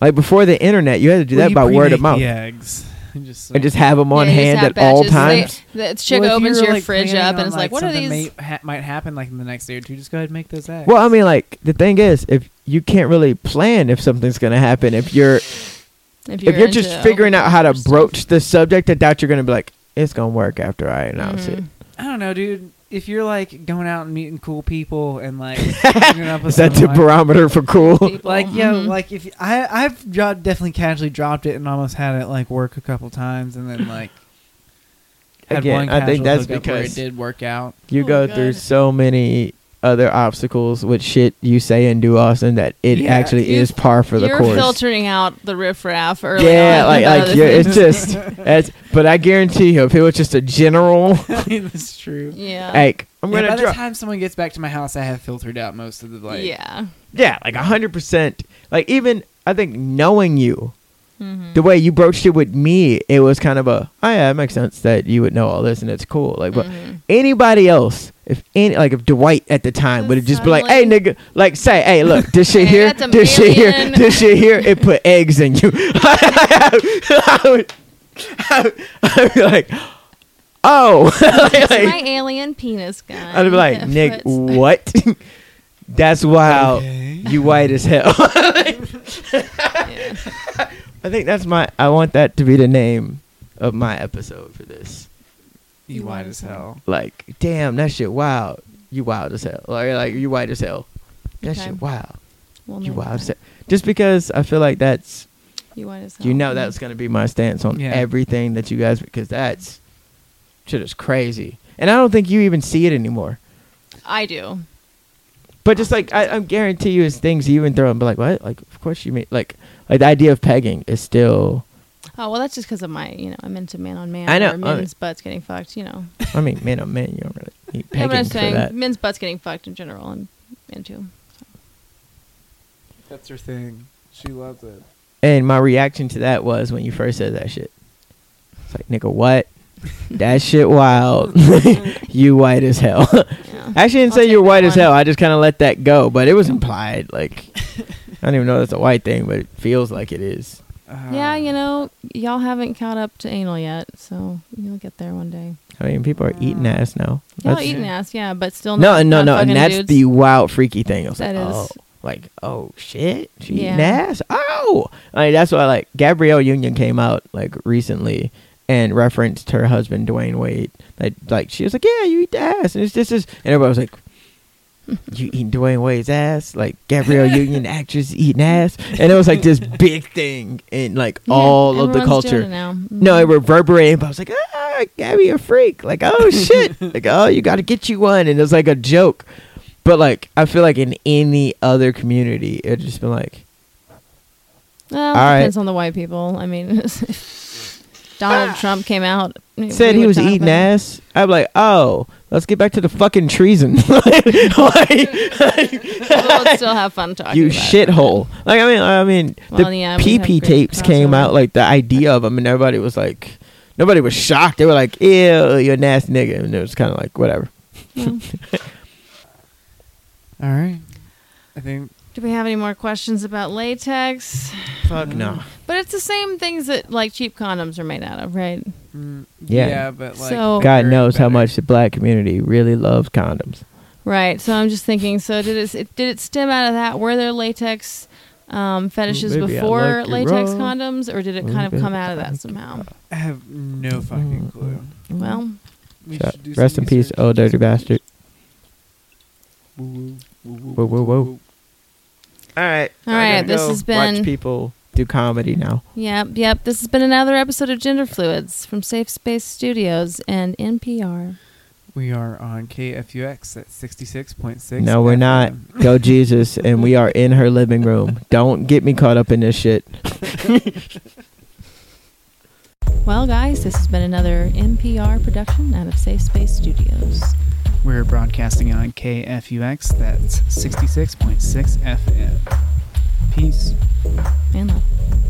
like before the internet, you had to do that by word of mouth.
The eggs. And just,
And just have them on
Yeah, you just
hand
have
at all
batches. They-
times.
the chick
Well, if
opens
you're,
your
like,
fridge
planning
up and
on,
it's like, what are
something
these?
May, ha- might happen like in the next day or two. Just go ahead and make those eggs.
Well, I mean, like the thing is, if you can't really plan if something's gonna happen, if you're
if
if you're
into
just figuring out how to
ovipositor stuff.
broach the subject, I doubt you're gonna be like, it's gonna work after I announce it.
Mm-hmm.
I don't know, dude. If you're like going out and meeting cool people and like hooking up with
Is that the
someone,
barometer for cool?
People,
Like yeah,
Mm-hmm.
mhm.
like if I I've dro- definitely casually dropped it and almost had it like work a couple times and then like had
Again,
one
I think
casual
that's
hookup where it
because
did work out.
you
Oh,
go
God.
through so many other obstacles with shit you say and do, Austin, that it
Yeah,
actually
you-
is par for the
you're
course.
filtering out the riffraff early
yeah,
on
like
about
like
other
you're, it's
things.
just that's. But I guarantee you, if it was just a general,
that's true.
yeah,
like I'm
Yeah,
gonna
by
drop.
the time someone gets back to my house, I have filtered out most of the like.
yeah.
Yeah, like hundred percent. Like even I think knowing you,
Mhm.
the way you broached it with me, it was kind of a oh yeah, it makes sense that you would know all this and it's cool. Like but
Mhm.
anybody else, if any like if Dwight at the time would have just be like, Hey
Suddenly-
nigga, like say, hey look, this shit
Hey,
here,
that's a
this shit here,
million.
this shit here, it put eggs in you. I would, I would, I'd be like, Oh Like-
It's my
like,
alien penis guy.
I'd be like,
that
Nick,
puts-
what? That's wild.
Okay.
You white as hell.
Yeah.
I think that's my. I want that to be the name of my episode for this.
You white as hell.
Like, damn, that shit wild. You wild as hell. Like, like you white as hell. That
Okay.
shit wild.
Well,
You
no,
wild as hell. Just because I feel like that's
You wild as hell.
you know that's gonna be my stance on
Yeah.
everything that you guys because that's shit is crazy and I don't think you even see it anymore.
I do.
But just like I, I guarantee you, it's things you even throw and be like, what? Like, of course you mean like like the idea of pegging is still.
Oh well, that's just because of my, you know, I'm into man on man.
I know, uh,
Or
I-
men's butts getting fucked. You know,
I mean, man, oh man, you don't really need
Yeah,
pegging
but I'm
for
saying
that.
men's butts getting fucked in general. I'm into.
That's her thing. She loves it.
And my reaction to that was when you first said that shit. It's like, nigga, what? that shit wild. you white as hell.
Yeah.
I actually didn't
I'll
say you're
take
white
that
as hell.
one.
I just kind of let that go, but it was implied. Like, I don't even know that's a white thing, but it feels like it is.
Yeah,
Ah.
you know, y'all haven't caught up to anal yet, so you'll get there one day.
I mean, people are eating ass now.
Y'all
That's-
eating ass, yeah, but still
no,
not,
no,
not
no, and
fucking
that's
dudes.
the wild, freaky thing. I was
That
like,
is-
oh, like, oh shit, she eating
Yeah.
ass. Oh, like that's why like Gabrielle Union came out like recently and referenced her husband Dwayne Wade. Like, like she was like, yeah, you eat the ass, and it's just this, and everybody was like. You eating Dwayne Wade's ass, like Gabrielle Union, actress eating ass, and it was like this big thing in like
Yeah,
all of the
everyone's doing
culture.
it now. Mm-hmm.
No, it reverberated. But I was like, ah, Gabby, a freak. Like, oh shit. like, oh, you got to get you one. And it was like a joke. But like, I feel like in any other community, it'd just been like,
Well,
All right.
depends on the white people. I mean, Donald Trump came out we
Ah. said he
would
was
talk
eating
about it.
ass. I'd be like, oh, let's get back to the fucking treason. like,
We'll still have fun talking.
you
about it.
shithole. Like, I mean, I mean,
Well,
the
yeah, we had
PP
great
tapes came
crossover.
out. Like the idea of them, and everybody was like, nobody was shocked. They were like, ew, you're a nasty nigga, and it was kind of like whatever.
Well,
All right. I think.
do we have any more questions about latex?
Fuck
Mm.
no.
But it's the same things that like cheap condoms are made out of, right?
mm,
Yeah.
yeah. but like.
So-
God
bigger
knows
and
how
better.
much the black community really loves condoms.
Right. So I'm just thinking. So did it, it did it stem out of that? Were there latex um, fetishes
Maybe I
before
like it
latex
raw.
condoms, or did it kind of
Maybe
come
I
out of that
like
somehow?
I have no fucking clue.
Well,
We
So,
should do some
Mm-hmm. rest in peace,
research.
old dirty bastard.
Woo, woo, woo,
Whoa, whoa, whoa. All right.
All I right, gotta this go has been-
Watch people do comedy now.
yep, yep. This has been another episode of Gender Fluids from Safe Space Studios and NPR.
We are on KFUX at 66.6.
No, we're not.
FM.
Go Jesus, and we are in her living room. Don't get me caught up in this shit.
Well, guys, this has been another NPR production out of Safe Space Studios.
We're broadcasting on KFUX. That's 66.6 FM. Peace.
And love.